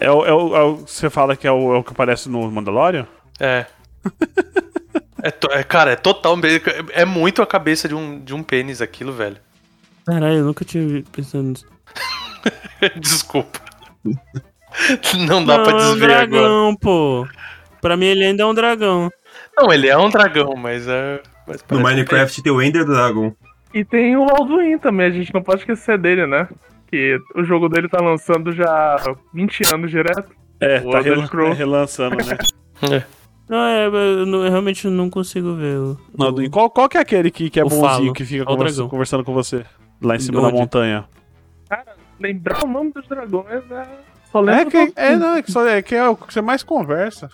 S2: É o, é o- é o- Você fala que é o, é o que aparece no Mandalorian?
S4: É. é, to- é, cara, é total. mesmo. É muito a cabeça de um, de um pênis aquilo, velho.
S1: Caralho, eu nunca tinha vi- pensado nisso.
S4: Desculpa. Não dá pra
S1: é um
S4: desver agora.
S1: dragão, pô. Pra mim ele ainda é um dragão.
S4: Não, ele é um dragão, mas é. mas parece
S3: No
S4: um
S3: Minecraft tem o Ender Dragon.
S5: E tem o Alduin também, a gente não pode esquecer dele, né? Que o jogo dele tá lançando já 20 anos direto.
S2: É,
S5: O
S2: tá
S5: Elder
S2: relan-
S5: Scrolls.
S2: é relançando, né?
S4: pênis.
S1: Não, é, eu, não- eu realmente não consigo ver. o-
S2: Não, do- qual, qual que é aquele que, que é
S1: O
S2: bonzinho,
S1: falo.
S2: que fica
S1: É o
S2: conversa-
S1: dragão.
S2: conversando com você? Lá em cima da
S1: Onde?
S2: montanha.
S5: Lembrar o nome dos dragões é. Só
S2: É
S5: lembro
S2: que
S5: do-
S2: é, não, é, que só- é que é o que você mais conversa.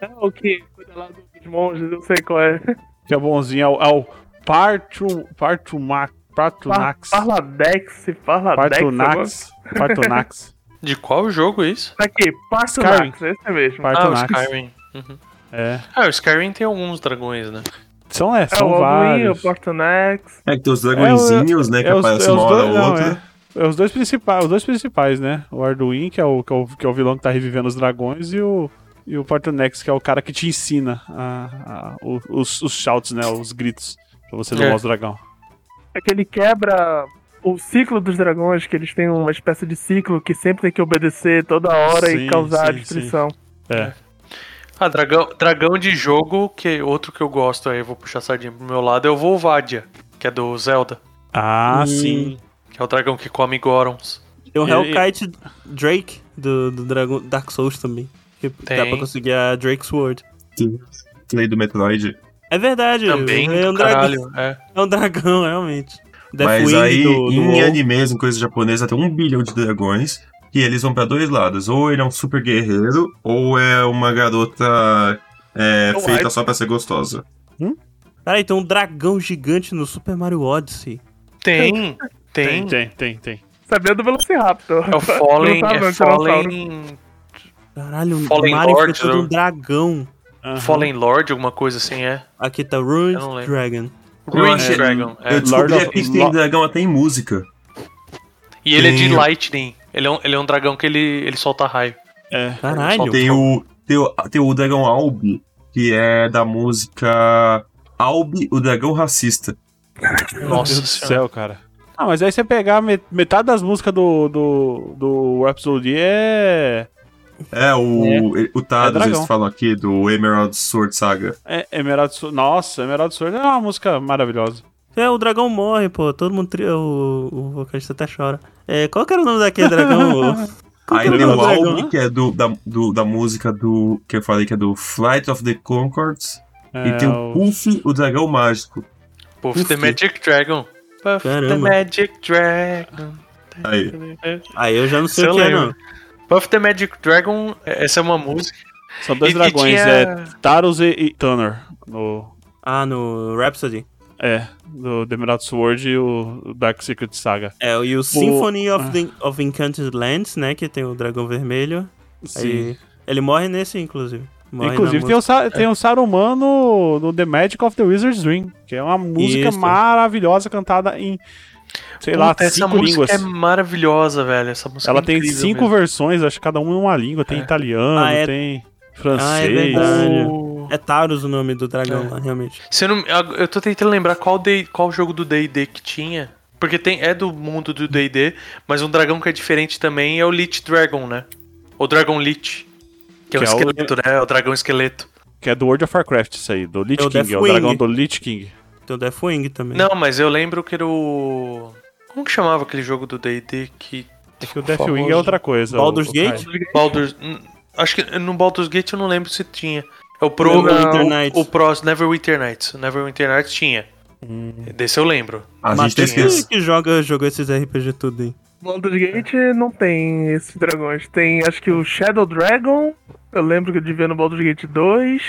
S5: é o que cuida lá dos monges, eu sei qual é.
S2: Que é bonzinho, é o, é o Partum, Partumac, Partunax.
S5: Parladex, Parladex. agora.
S2: Partunax. Partunax.
S4: De qual jogo é isso?
S5: Tá aqui, Partunax, esse mesmo.
S4: Ah, o
S2: Partunax.
S4: Skyrim. Uhum.
S2: É.
S4: Ah, o Skyrim tem alguns dragões, né?
S2: São, é,
S5: é o
S2: são
S5: Alduin, o
S2: vários.
S5: Partunax.
S3: É que tem os dragõezinhos, né? Que
S2: É os-
S3: aparecem
S2: é os
S3: uma hora
S2: dois-
S3: ou
S2: não,
S3: outra.
S2: É os dois principais, os dois principais, né? O Arduin, que é o, que é o, que é o vilão que tá revivendo os dragões, e o, e o Partonex, que é o cara que te ensina a- a- o- os, os shouts, né? Os gritos. Pra você domar
S4: É.
S2: os dragão.
S5: É que ele quebra o ciclo dos dragões, que eles têm uma espécie de ciclo que sempre tem que obedecer toda hora
S2: Sim,
S5: e causar
S2: sim,
S5: destruição.
S2: É.
S4: Ah, dragão, dragão de jogo, que outro que eu gosto, aí eu vou puxar a sardinha pro meu lado, é o Volvadia, que é do Zelda,
S2: Ah, sim.
S4: que é o dragão que come Gorons.
S1: Tem o
S2: Ele-
S1: Hellkite Drake do, do Dragon Dark Souls também. Que dá
S4: Tem.
S1: pra conseguir a Drake Sword.
S3: Play do Metroid.
S1: É verdade,
S4: Também,
S1: é um
S4: do
S1: dragão.
S4: caralho. É.
S1: É um dragão, realmente.
S3: Mas
S1: Deathwing
S3: aí,
S1: do- do
S3: em
S1: WoW.
S3: animes, em coisa japonesa, tem um bilhão de dragões. E eles vão pra dois lados. Ou ele é um super guerreiro, ou é uma garota é,
S5: Eu
S3: feita
S5: acho-
S3: só pra ser gostosa.
S1: Cara, tem um dragão gigante no Super Mario Odyssey.
S4: Tem, tem.
S2: tem, tem, tem.
S5: Sabia do Velociraptor.
S4: É o Fallen,
S5: Não tá tava,
S4: é Fallen,
S1: Caralho, um
S4: Fallen
S1: Mario
S4: Lord,
S1: enfrentando
S4: né?
S1: um dragão.
S2: Aham.
S4: Fallen Lord, alguma coisa assim, é.
S1: Aqui tá
S4: Eu não
S1: Ruined
S4: lembro.
S1: Dragon.
S3: Eu
S4: Ruined
S3: achei-
S4: Dragon, é.
S3: Eu descobri
S2: Lord of-
S3: aqui que tem
S2: Lo-
S3: dragão até em música.
S4: E ele é de
S3: Sim.
S4: Lightning, ele é um, ele é um dragão que ele, ele solta raio.
S2: É.
S1: Caralho.
S3: Tem o, tem o, tem o dragão Albi, que é da música Albi, o dragão racista.
S4: Nossa
S2: do
S4: senhora.
S2: céu, cara. Ah, mas aí você pegar met- metade das músicas do, do, do Rhapsody é,
S3: É, o, o Tados,
S2: dragão.
S3: eles falam aqui, do Emerald Sword Saga.
S2: é Emerald Sword. Nossa, Emerald Sword é uma música maravilhosa.
S1: É, o dragão morre, pô. Todo mundo. Tri... O, o vocalista até chora. É, qual que era o nome daquele dragão? ô? Qual que
S3: Aí
S1: era
S3: tem
S1: nome
S3: o
S1: do dragão?
S3: álbum, que é do, da, do- da música do. que eu falei que é do Flight of the Concords.
S2: É,
S3: e tem
S2: o-
S4: um
S3: o Puff, o Dragão Mágico.
S4: Puff the
S1: Puff.
S4: Magic Dragon. Puff the
S1: Caramba.
S4: Magic Dragon.
S3: Aí.
S1: Aí eu já não sei
S4: Você
S1: o que é,
S4: lembra?
S1: não.
S4: Puff the Magic Dragon, essa é uma música.
S2: São dois
S4: E- e
S2: dragões,
S4: tinha-
S2: é Taros e, e Tanner. No,
S1: Ah, no Rhapsody.
S2: é, do The Emerald Sword e o o Dark Secret Saga.
S1: É, e o Symphony of, the, of Encanted Lands, né? Que tem o dragão vermelho. Aí, ele morre nesse, inclusive. Morre na
S2: Inclusive tem o, Sa- tem o Saruman no, no The Magic of the Wizard's Dream, que é uma música
S1: Isso.
S2: maravilhosa cantada em, sei lá,
S4: Puta, essa
S2: cinco
S4: música
S2: línguas.
S4: é maravilhosa, velho. Essa música
S2: Ela
S4: é
S2: tem
S4: incrível
S2: cinco
S4: mesmo.
S2: versões, acho que cada uma em uma língua. Tem
S4: É.
S2: italiano,
S1: Ah, é-
S2: tem francês.
S1: Ah, é verdade.
S4: O-
S1: É Taurus o nome do dragão lá, realmente.
S4: Se eu, não, eu tô tentando lembrar qual, D- qual jogo do D&D que tinha. Porque tem, é do mundo do D&D, mas um dragão que é diferente também é o Lich Dragon, né? O Dragon Lich. Que é o
S2: Que é o-
S4: esqueleto, né? O dragão esqueleto.
S2: Que é do World of Warcraft isso aí, do Lich
S1: É o
S2: King. É o
S1: Deathwing.
S2: dragão do Lich King.
S1: Tem o Deathwing Então, é também.
S4: Não, mas eu lembro que era o... Como que chamava aquele jogo do D&D que...
S2: É que o Deathwing é outra coisa.
S1: Baldur's
S2: o- o
S1: Gate?
S2: cara.
S4: Baldur's... hum, Acho que no Baldur's Gate eu não lembro se tinha. É o Pro...
S1: Neverwinter
S4: o-
S1: Nights.
S4: O, Pros Neverwinter Nights. O Neverwinter Nights tinha.
S5: Hum.
S4: Desse eu lembro.
S3: A
S1: Mas
S3: gente tá
S1: quem é
S3: esquecendo.
S1: que joga, jogou esses RPG tudo aí?
S5: Baldur's Gate não tem esses dragões. Tem, acho que o Shadow Dragon. Eu lembro que eu devia no Baldur's Gate 2.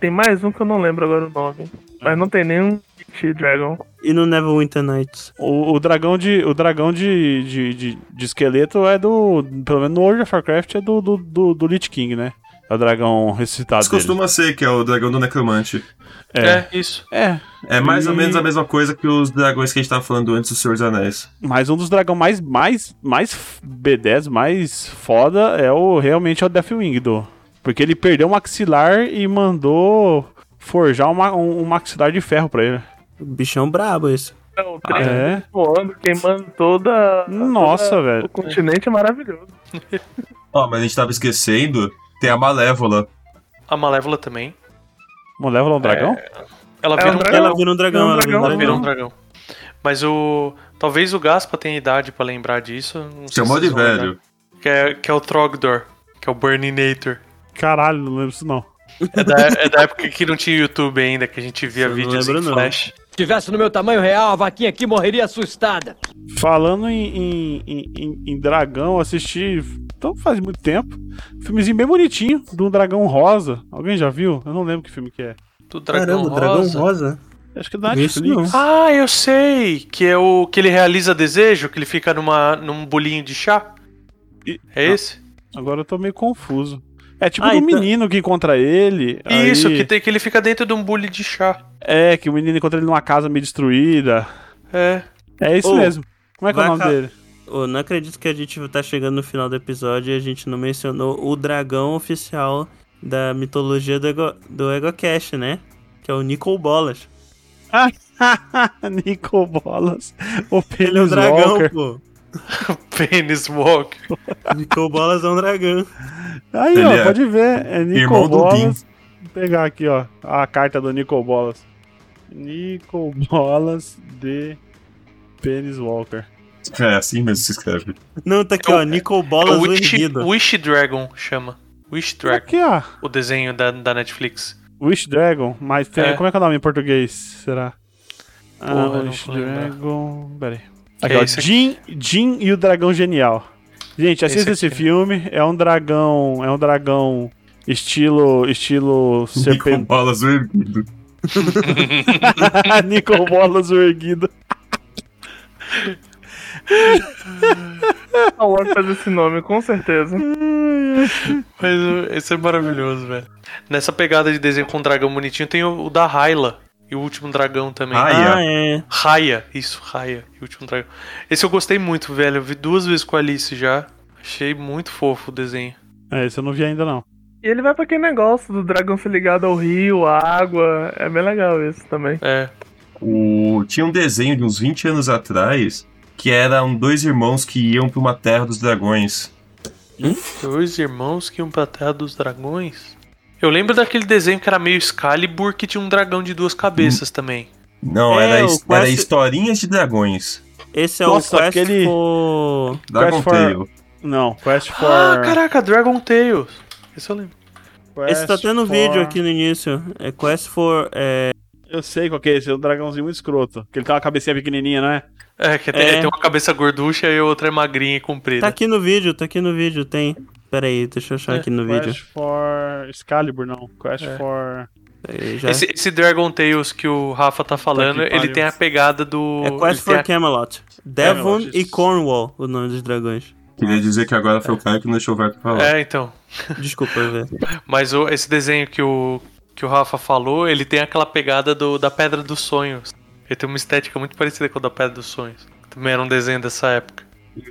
S5: Tem mais um que eu não lembro agora o nome. Mas não tem nenhum Gate Dragon.
S1: E no Neverwinter Nights?
S2: O, o dragão, de, o dragão de, de, de, de esqueleto é do. Pelo menos no World of Warcraft é do, do, do, do Lich King, né? É o dragão ressuscitado.
S3: Isso
S2: Dele.
S3: costuma ser, que é o Dragão do Necromante.
S2: É.
S4: é isso.
S2: é.
S3: É mais ou
S2: E-
S3: menos a mesma coisa que os dragões que a gente tava falando antes do Senhor dos Anéis.
S2: Mas um dos dragões mais, mais, mais f- B10, mais foda é o realmente é o Deathwing do. Porque ele perdeu um maxilar e mandou forjar uma- um, um maxilar de ferro pra ele.
S1: Bichão brabo esse.
S5: É o
S3: Ah,
S5: trem
S2: é?
S5: voando, queimando toda.
S2: Nossa,
S5: toda-
S2: velho.
S5: O continente é maravilhoso.
S3: Ó, mas a gente tava esquecendo, tem a Malévola.
S4: A Malévola também.
S2: Malévola é um dragão?
S4: Ela
S5: É
S4: vira
S5: um
S4: um
S5: dragão.
S1: Ela vira um dragão.
S5: É um
S1: ela vira um
S4: Ela
S5: dragão.
S4: virou um dragão. Mas o. Talvez o Gaspa tenha idade pra lembrar disso. Não sei
S3: Chamou
S4: se
S3: é de
S4: vocês vão lembrar.
S3: velho.
S4: Que é, que é o Trogdor, que é o Burninator.
S2: Caralho, não lembro isso não.
S4: É da, é da época que não tinha YouTube ainda, que a gente via
S1: Eu não
S4: vídeos
S1: lembro,
S4: em
S1: não.
S4: flash.
S8: Tivesse no meu tamanho real, a vaquinha aqui morreria assustada.
S2: Falando em, em, em- em- em dragão, assisti. Então faz muito tempo. Filmezinho bem bonitinho, de um dragão rosa. Alguém já viu? Eu não lembro que filme que é.
S4: Do Dragão
S1: Caramba,
S4: Rosa.
S1: dragão rosa?
S2: Acho que é da
S1: Vi isso
S2: Netflix.
S4: Ah, eu sei! Que é o que ele realiza desejo, que ele fica numa, num bolinho de chá.
S2: E-
S4: É esse?
S2: Agora eu tô meio confuso. É tipo
S1: Ah,
S2: do
S1: então-
S2: menino que encontra ele.
S4: Isso,
S2: aí-
S4: que, tem, que ele fica dentro de um bule de chá.
S2: É, que o menino encontra ele numa casa meio destruída.
S4: É.
S2: É isso
S1: Ô,
S2: mesmo. Como é que é o
S1: vai
S2: nome
S1: ca-
S2: dele?
S1: Eu não acredito que a gente tá chegando no final do episódio e a gente não mencionou o dragão oficial da mitologia do, Ego, do EgoCast, né? Que é o Nicol Bolas.
S2: É Nico Bolas. O
S1: Ele é um
S2: Penis
S1: dragão,
S2: Walker.
S1: pô.
S4: Penis Walker.
S1: Nicol Bolas é um dragão.
S2: Aí,
S3: Ele
S2: ó,
S3: é
S2: pode ver. É Nico
S3: irmão do
S2: Bolas. Vou pegar aqui, ó, a carta do Nico Bolas. Nico Bolas de Penis Walker.
S3: É assim mesmo se escreve.
S1: Não, tá aqui,
S4: É o-
S1: ó. Nicol
S4: É
S1: Bolas
S4: o
S1: o
S4: Wish,
S1: erguido.
S4: Wish Dragon chama. Wish Dragon.
S2: Aqui, ó.
S4: O desenho da, da Netflix.
S2: Wish Dragon, mas tem,
S4: É.
S2: como é que é o nome em português? Será?
S4: eu
S2: ah,
S4: não
S2: Wish
S4: vou lembrar.
S2: Dragon. Pera aí.
S4: Que
S2: Aqui,
S4: é
S2: ó,
S4: esse aqui.
S2: Jin, Jin e o Dragão Genial. Gente, assista esse,
S4: Esse aqui, né?
S2: filme. É um dragão. É um dragão estilo. Estilo
S3: Com
S2: serpente.
S3: balas do erguido.
S2: Nicol Bolas o erguido.
S5: A Warner faz esse nome, com certeza.
S4: Mas uh, esse é maravilhoso, velho. Nessa pegada de desenho com um dragão bonitinho, tem o, o da Hyla. E o último dragão também.
S3: Ai.
S1: Ah, é.
S4: Raya, isso, Raya, e o último dragão. Esse eu gostei muito, velho. Eu vi duas vezes com a Alice já. Achei muito fofo o desenho.
S2: É, esse eu não vi ainda, não.
S5: E ele vai pra aquele negócio do dragão ser ligado ao rio, à água. É bem legal isso também.
S4: É.
S3: O... Tinha um desenho de uns 20 anos atrás que eram dois irmãos que iam pra uma terra dos dragões.
S4: Dois irmãos que iam pra Terra dos Dragões? Eu lembro daquele desenho que era meio Excalibur, que tinha um dragão de duas cabeças também.
S3: Não,
S1: É,
S3: era,
S1: o
S3: his-
S1: Quest-
S3: era historinhas de dragões.
S1: Esse é
S2: Nossa,
S1: o Quest
S2: aquele-
S1: for...
S3: Dragon
S2: Quest for-
S3: Tale.
S2: Não, Quest for.
S4: Ah, caraca, Dragon Tales. Isso eu lembro.
S1: Esse tá tendo vídeo aqui no início. É Quest for... É...
S2: Eu sei qual que é esse, é um dragãozinho muito escroto. Que ele tem uma cabecinha pequenininha, não é?
S4: É, que tem,
S1: É.
S4: tem uma cabeça gorducha e outra é magrinha e comprida.
S1: Tá aqui no vídeo, tá aqui no vídeo, tem. Pera aí, deixa eu achar
S4: É,
S1: aqui no
S2: Quest
S1: vídeo.
S2: for Excalibur, não. Quest for.
S1: Pera aí, já.
S4: Esse, esse Dragon Tales que o Rafa tá falando,
S2: Tá que
S4: ele
S2: pariu.
S4: tem a pegada do.
S1: É
S4: ele
S1: Quest
S4: tem
S1: for
S4: a-
S1: Camelot. Devon
S2: Camelot,
S1: e
S2: isso.
S1: Cornwall, o nome dos dragões.
S3: Queria dizer que agora foi o cara que não deixou o Verto falar.
S4: É, então.
S1: Desculpa, velho.
S4: Mas o- esse desenho que o, que o Rafa falou, ele tem aquela pegada do, da Pedra dos Sonhos. Ele tem uma estética muito parecida com a da Pedra dos Sonhos. Também era um desenho dessa época.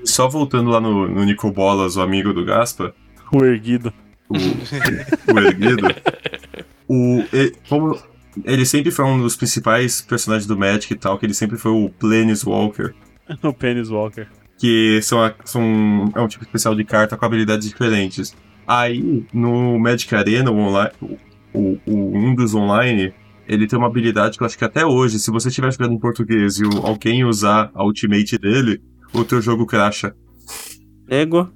S3: Só voltando lá no, no Nico Bolas, o amigo do Gaspa,
S2: O erguido.
S3: o erguido. o, e- como ele sempre foi um dos principais personagens do Magic e tal, que ele sempre foi o Planeswalker.
S2: O Penis Walker.
S3: Que são, a- são, é um tipo especial de carta com habilidades diferentes. Aí, no Magic Arena, o online, o, o- um dos online, ele tem uma habilidade que eu acho que até hoje, se você estiver jogando em português e o- alguém usar a ultimate dele, o teu jogo crasha.
S1: Ego.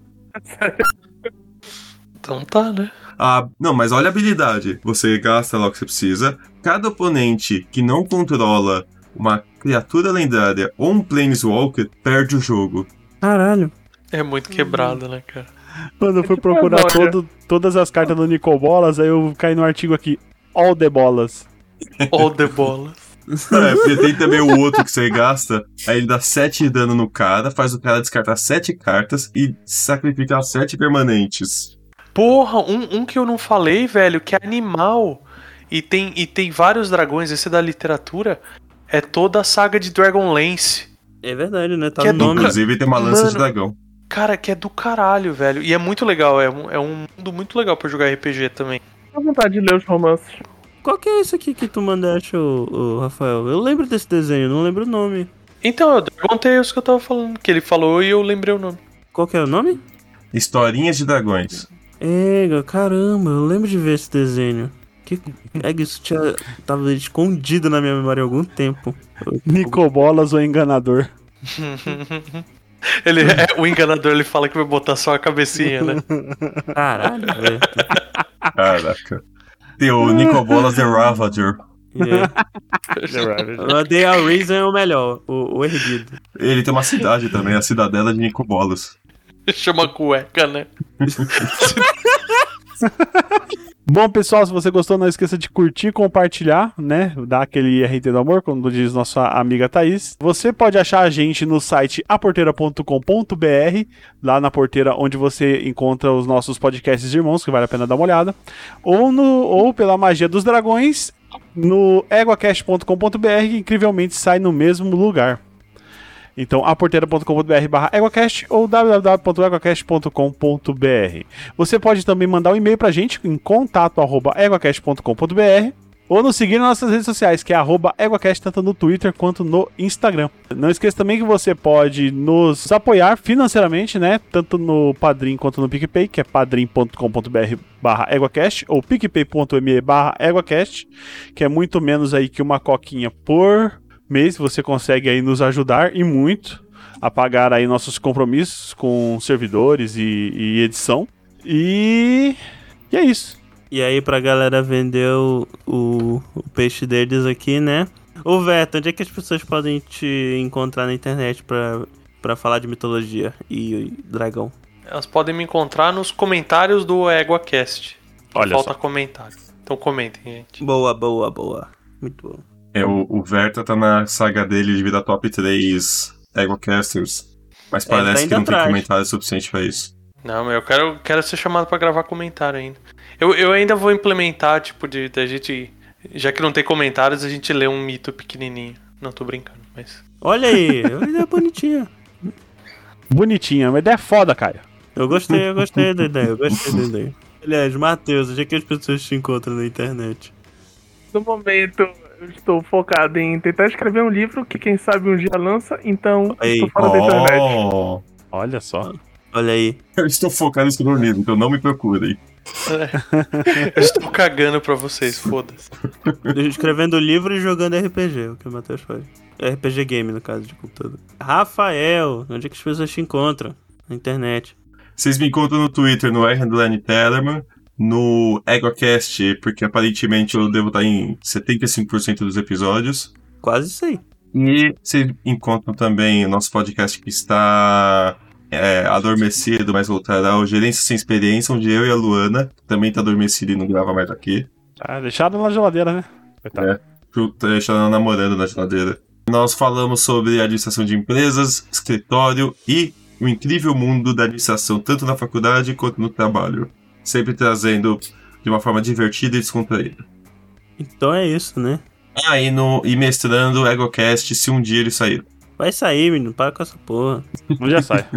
S4: Então tá, né?
S3: Ah, não, mas olha a habilidade. Você gasta lá o que você precisa. Cada oponente que não controla uma criatura lendária ou um Planeswalker perde o jogo.
S1: Caralho.
S4: É muito quebrado, né, cara?
S2: Mano, eu fui procurar todo- todas as cartas do Nicobolas, aí eu caí no artigo aqui. All the bolas.
S4: All the bola.
S3: É, porque tem também o outro que você gasta, aí ele dá 7 de dano no cara, faz o cara descartar 7 cartas e sacrificar 7 permanentes.
S4: Porra, um, um que eu não falei, velho, que é animal. E tem, e tem vários dragões, esse da literatura. É toda a saga de Dragonlance.
S1: É verdade, né? Tá
S4: Que é
S1: no
S4: do
S1: nome.
S4: ca-
S3: Inclusive tem uma lança
S4: Mano.
S3: de dragão.
S4: Cara, que é do caralho, velho. E é muito legal, é um, é um mundo muito legal pra jogar RPG também.
S5: Dá vontade de ler os romances.
S1: Qual que é esse aqui que tu mandaste, o, Rafael? Eu lembro desse desenho, não lembro o nome.
S4: Então, é o Dragon Tales que eu tava falando, que ele falou e eu lembrei o nome.
S1: Qual que é o nome?
S3: Historinhas de dragões.
S1: Ego, caramba, eu lembro de ver esse desenho. Que... É que isso tinha... tava escondido na minha memória há algum tempo.
S2: Nicobolas ou enganador.
S4: Ele é o enganador, ele fala que vai botar só a cabecinha, né?
S1: Caralho, velho. Ah.
S3: Caraca. Tem o Nicobolas the Ravager.
S1: É. Eu dei a Reason é o melhor, o, o erguido.
S3: Ele tem uma cidade também, a cidadela de Nicobolas.
S4: Chama cueca, né?
S2: Bom, pessoal, se você gostou, não esqueça de curtir, compartilhar, né? Dar aquele RT do amor, como diz nossa amiga Thaís. Você pode achar a gente no site aporteira.com.br, lá na porteira onde você encontra os nossos podcasts irmãos, que vale a pena dar uma olhada. Ou, no, ou pela magia dos dragões, no eguacast.com.br, que incrivelmente sai no mesmo lugar. Então, aporteira.com.br barra EguaCast ou www.eguacast.com.br. Você pode também mandar um e-mail pra gente em contato@eguacast.com.br ou nos seguir nas nossas redes sociais, que é arroba EguaCast, tanto no Twitter quanto no Instagram. Não esqueça também que você pode nos apoiar financeiramente, né? Tanto no Padrim quanto no PicPay, que é padrim.com.br barra EguaCast ou picpay.me barra EguaCast, que é muito menos aí que uma coquinha por mês. Você consegue aí nos ajudar e muito a pagar aí nossos compromissos com servidores e- e edição. E... e é isso.
S1: E aí, pra galera vender o, o, o peixe deles aqui, né? Ô, Veto, onde é que as pessoas podem te encontrar na internet pra, pra falar de mitologia e, e dragão?
S4: Elas podem me encontrar nos comentários do EguaCast.
S2: Olha
S4: Falta comentário. Então comentem, gente.
S1: Boa, boa, boa. Muito bom.
S3: É, o, o Verta tá na saga dele de virar top 3 Egocasters. Mas
S1: É, ele tá
S3: parece que
S1: indo
S3: não
S1: atrás.
S3: tem comentário suficiente pra isso.
S4: Não, mas eu quero, quero ser chamado pra gravar comentário ainda. Eu, eu ainda vou implementar, tipo, de da gente. Já que não tem comentários, a gente lê um mito pequenininho. Não, tô brincando, mas.
S1: Olha aí, ele é bonitinho.
S2: Bonitinha, mas ideia é foda, cara.
S1: Eu gostei, eu gostei da ideia, eu gostei da ideia. Aliás, Matheus, onde é que as pessoas te encontram na internet?
S5: No momento, Eu estou focado em tentar escrever um livro que quem sabe um dia lança, então
S1: Aí.
S5: estou fora da internet.
S3: Oh,
S2: Olha só.
S1: Olha aí.
S3: eu estou focado em escrever um livro, então não me procurem.
S4: Eu estou cagando pra vocês, foda-se.
S1: Escrevendo livro e jogando RPG, o que o Matheus faz. RPG game, no caso, de computador. Rafael, onde é que as pessoas te encontram? Na internet.
S3: Vocês me encontram no Twitter, no Erlandline Tellerman, no EgoCast, porque aparentemente eu devo estar em 75% dos episódios.
S1: Quase isso aí.
S3: E vocês encontram também o nosso podcast que está é, adormecido, mas voltará, o Gerência Sem Experiência, onde eu e a Luana, que também está adormecida e não grava mais aqui,
S2: Ah, deixaram na geladeira, né? Coitado.
S3: está namorando na geladeira. Nós falamos sobre administração de empresas, escritório e o incrível mundo da administração, tanto na faculdade quanto no trabalho. Sempre trazendo de uma forma divertida e descontraída.
S1: Então é isso, né?
S3: Ah, e, no, e mestrando o EgoCast, se um dia ele sair.
S1: Vai sair, menino. Para com essa porra.
S2: Não já sai.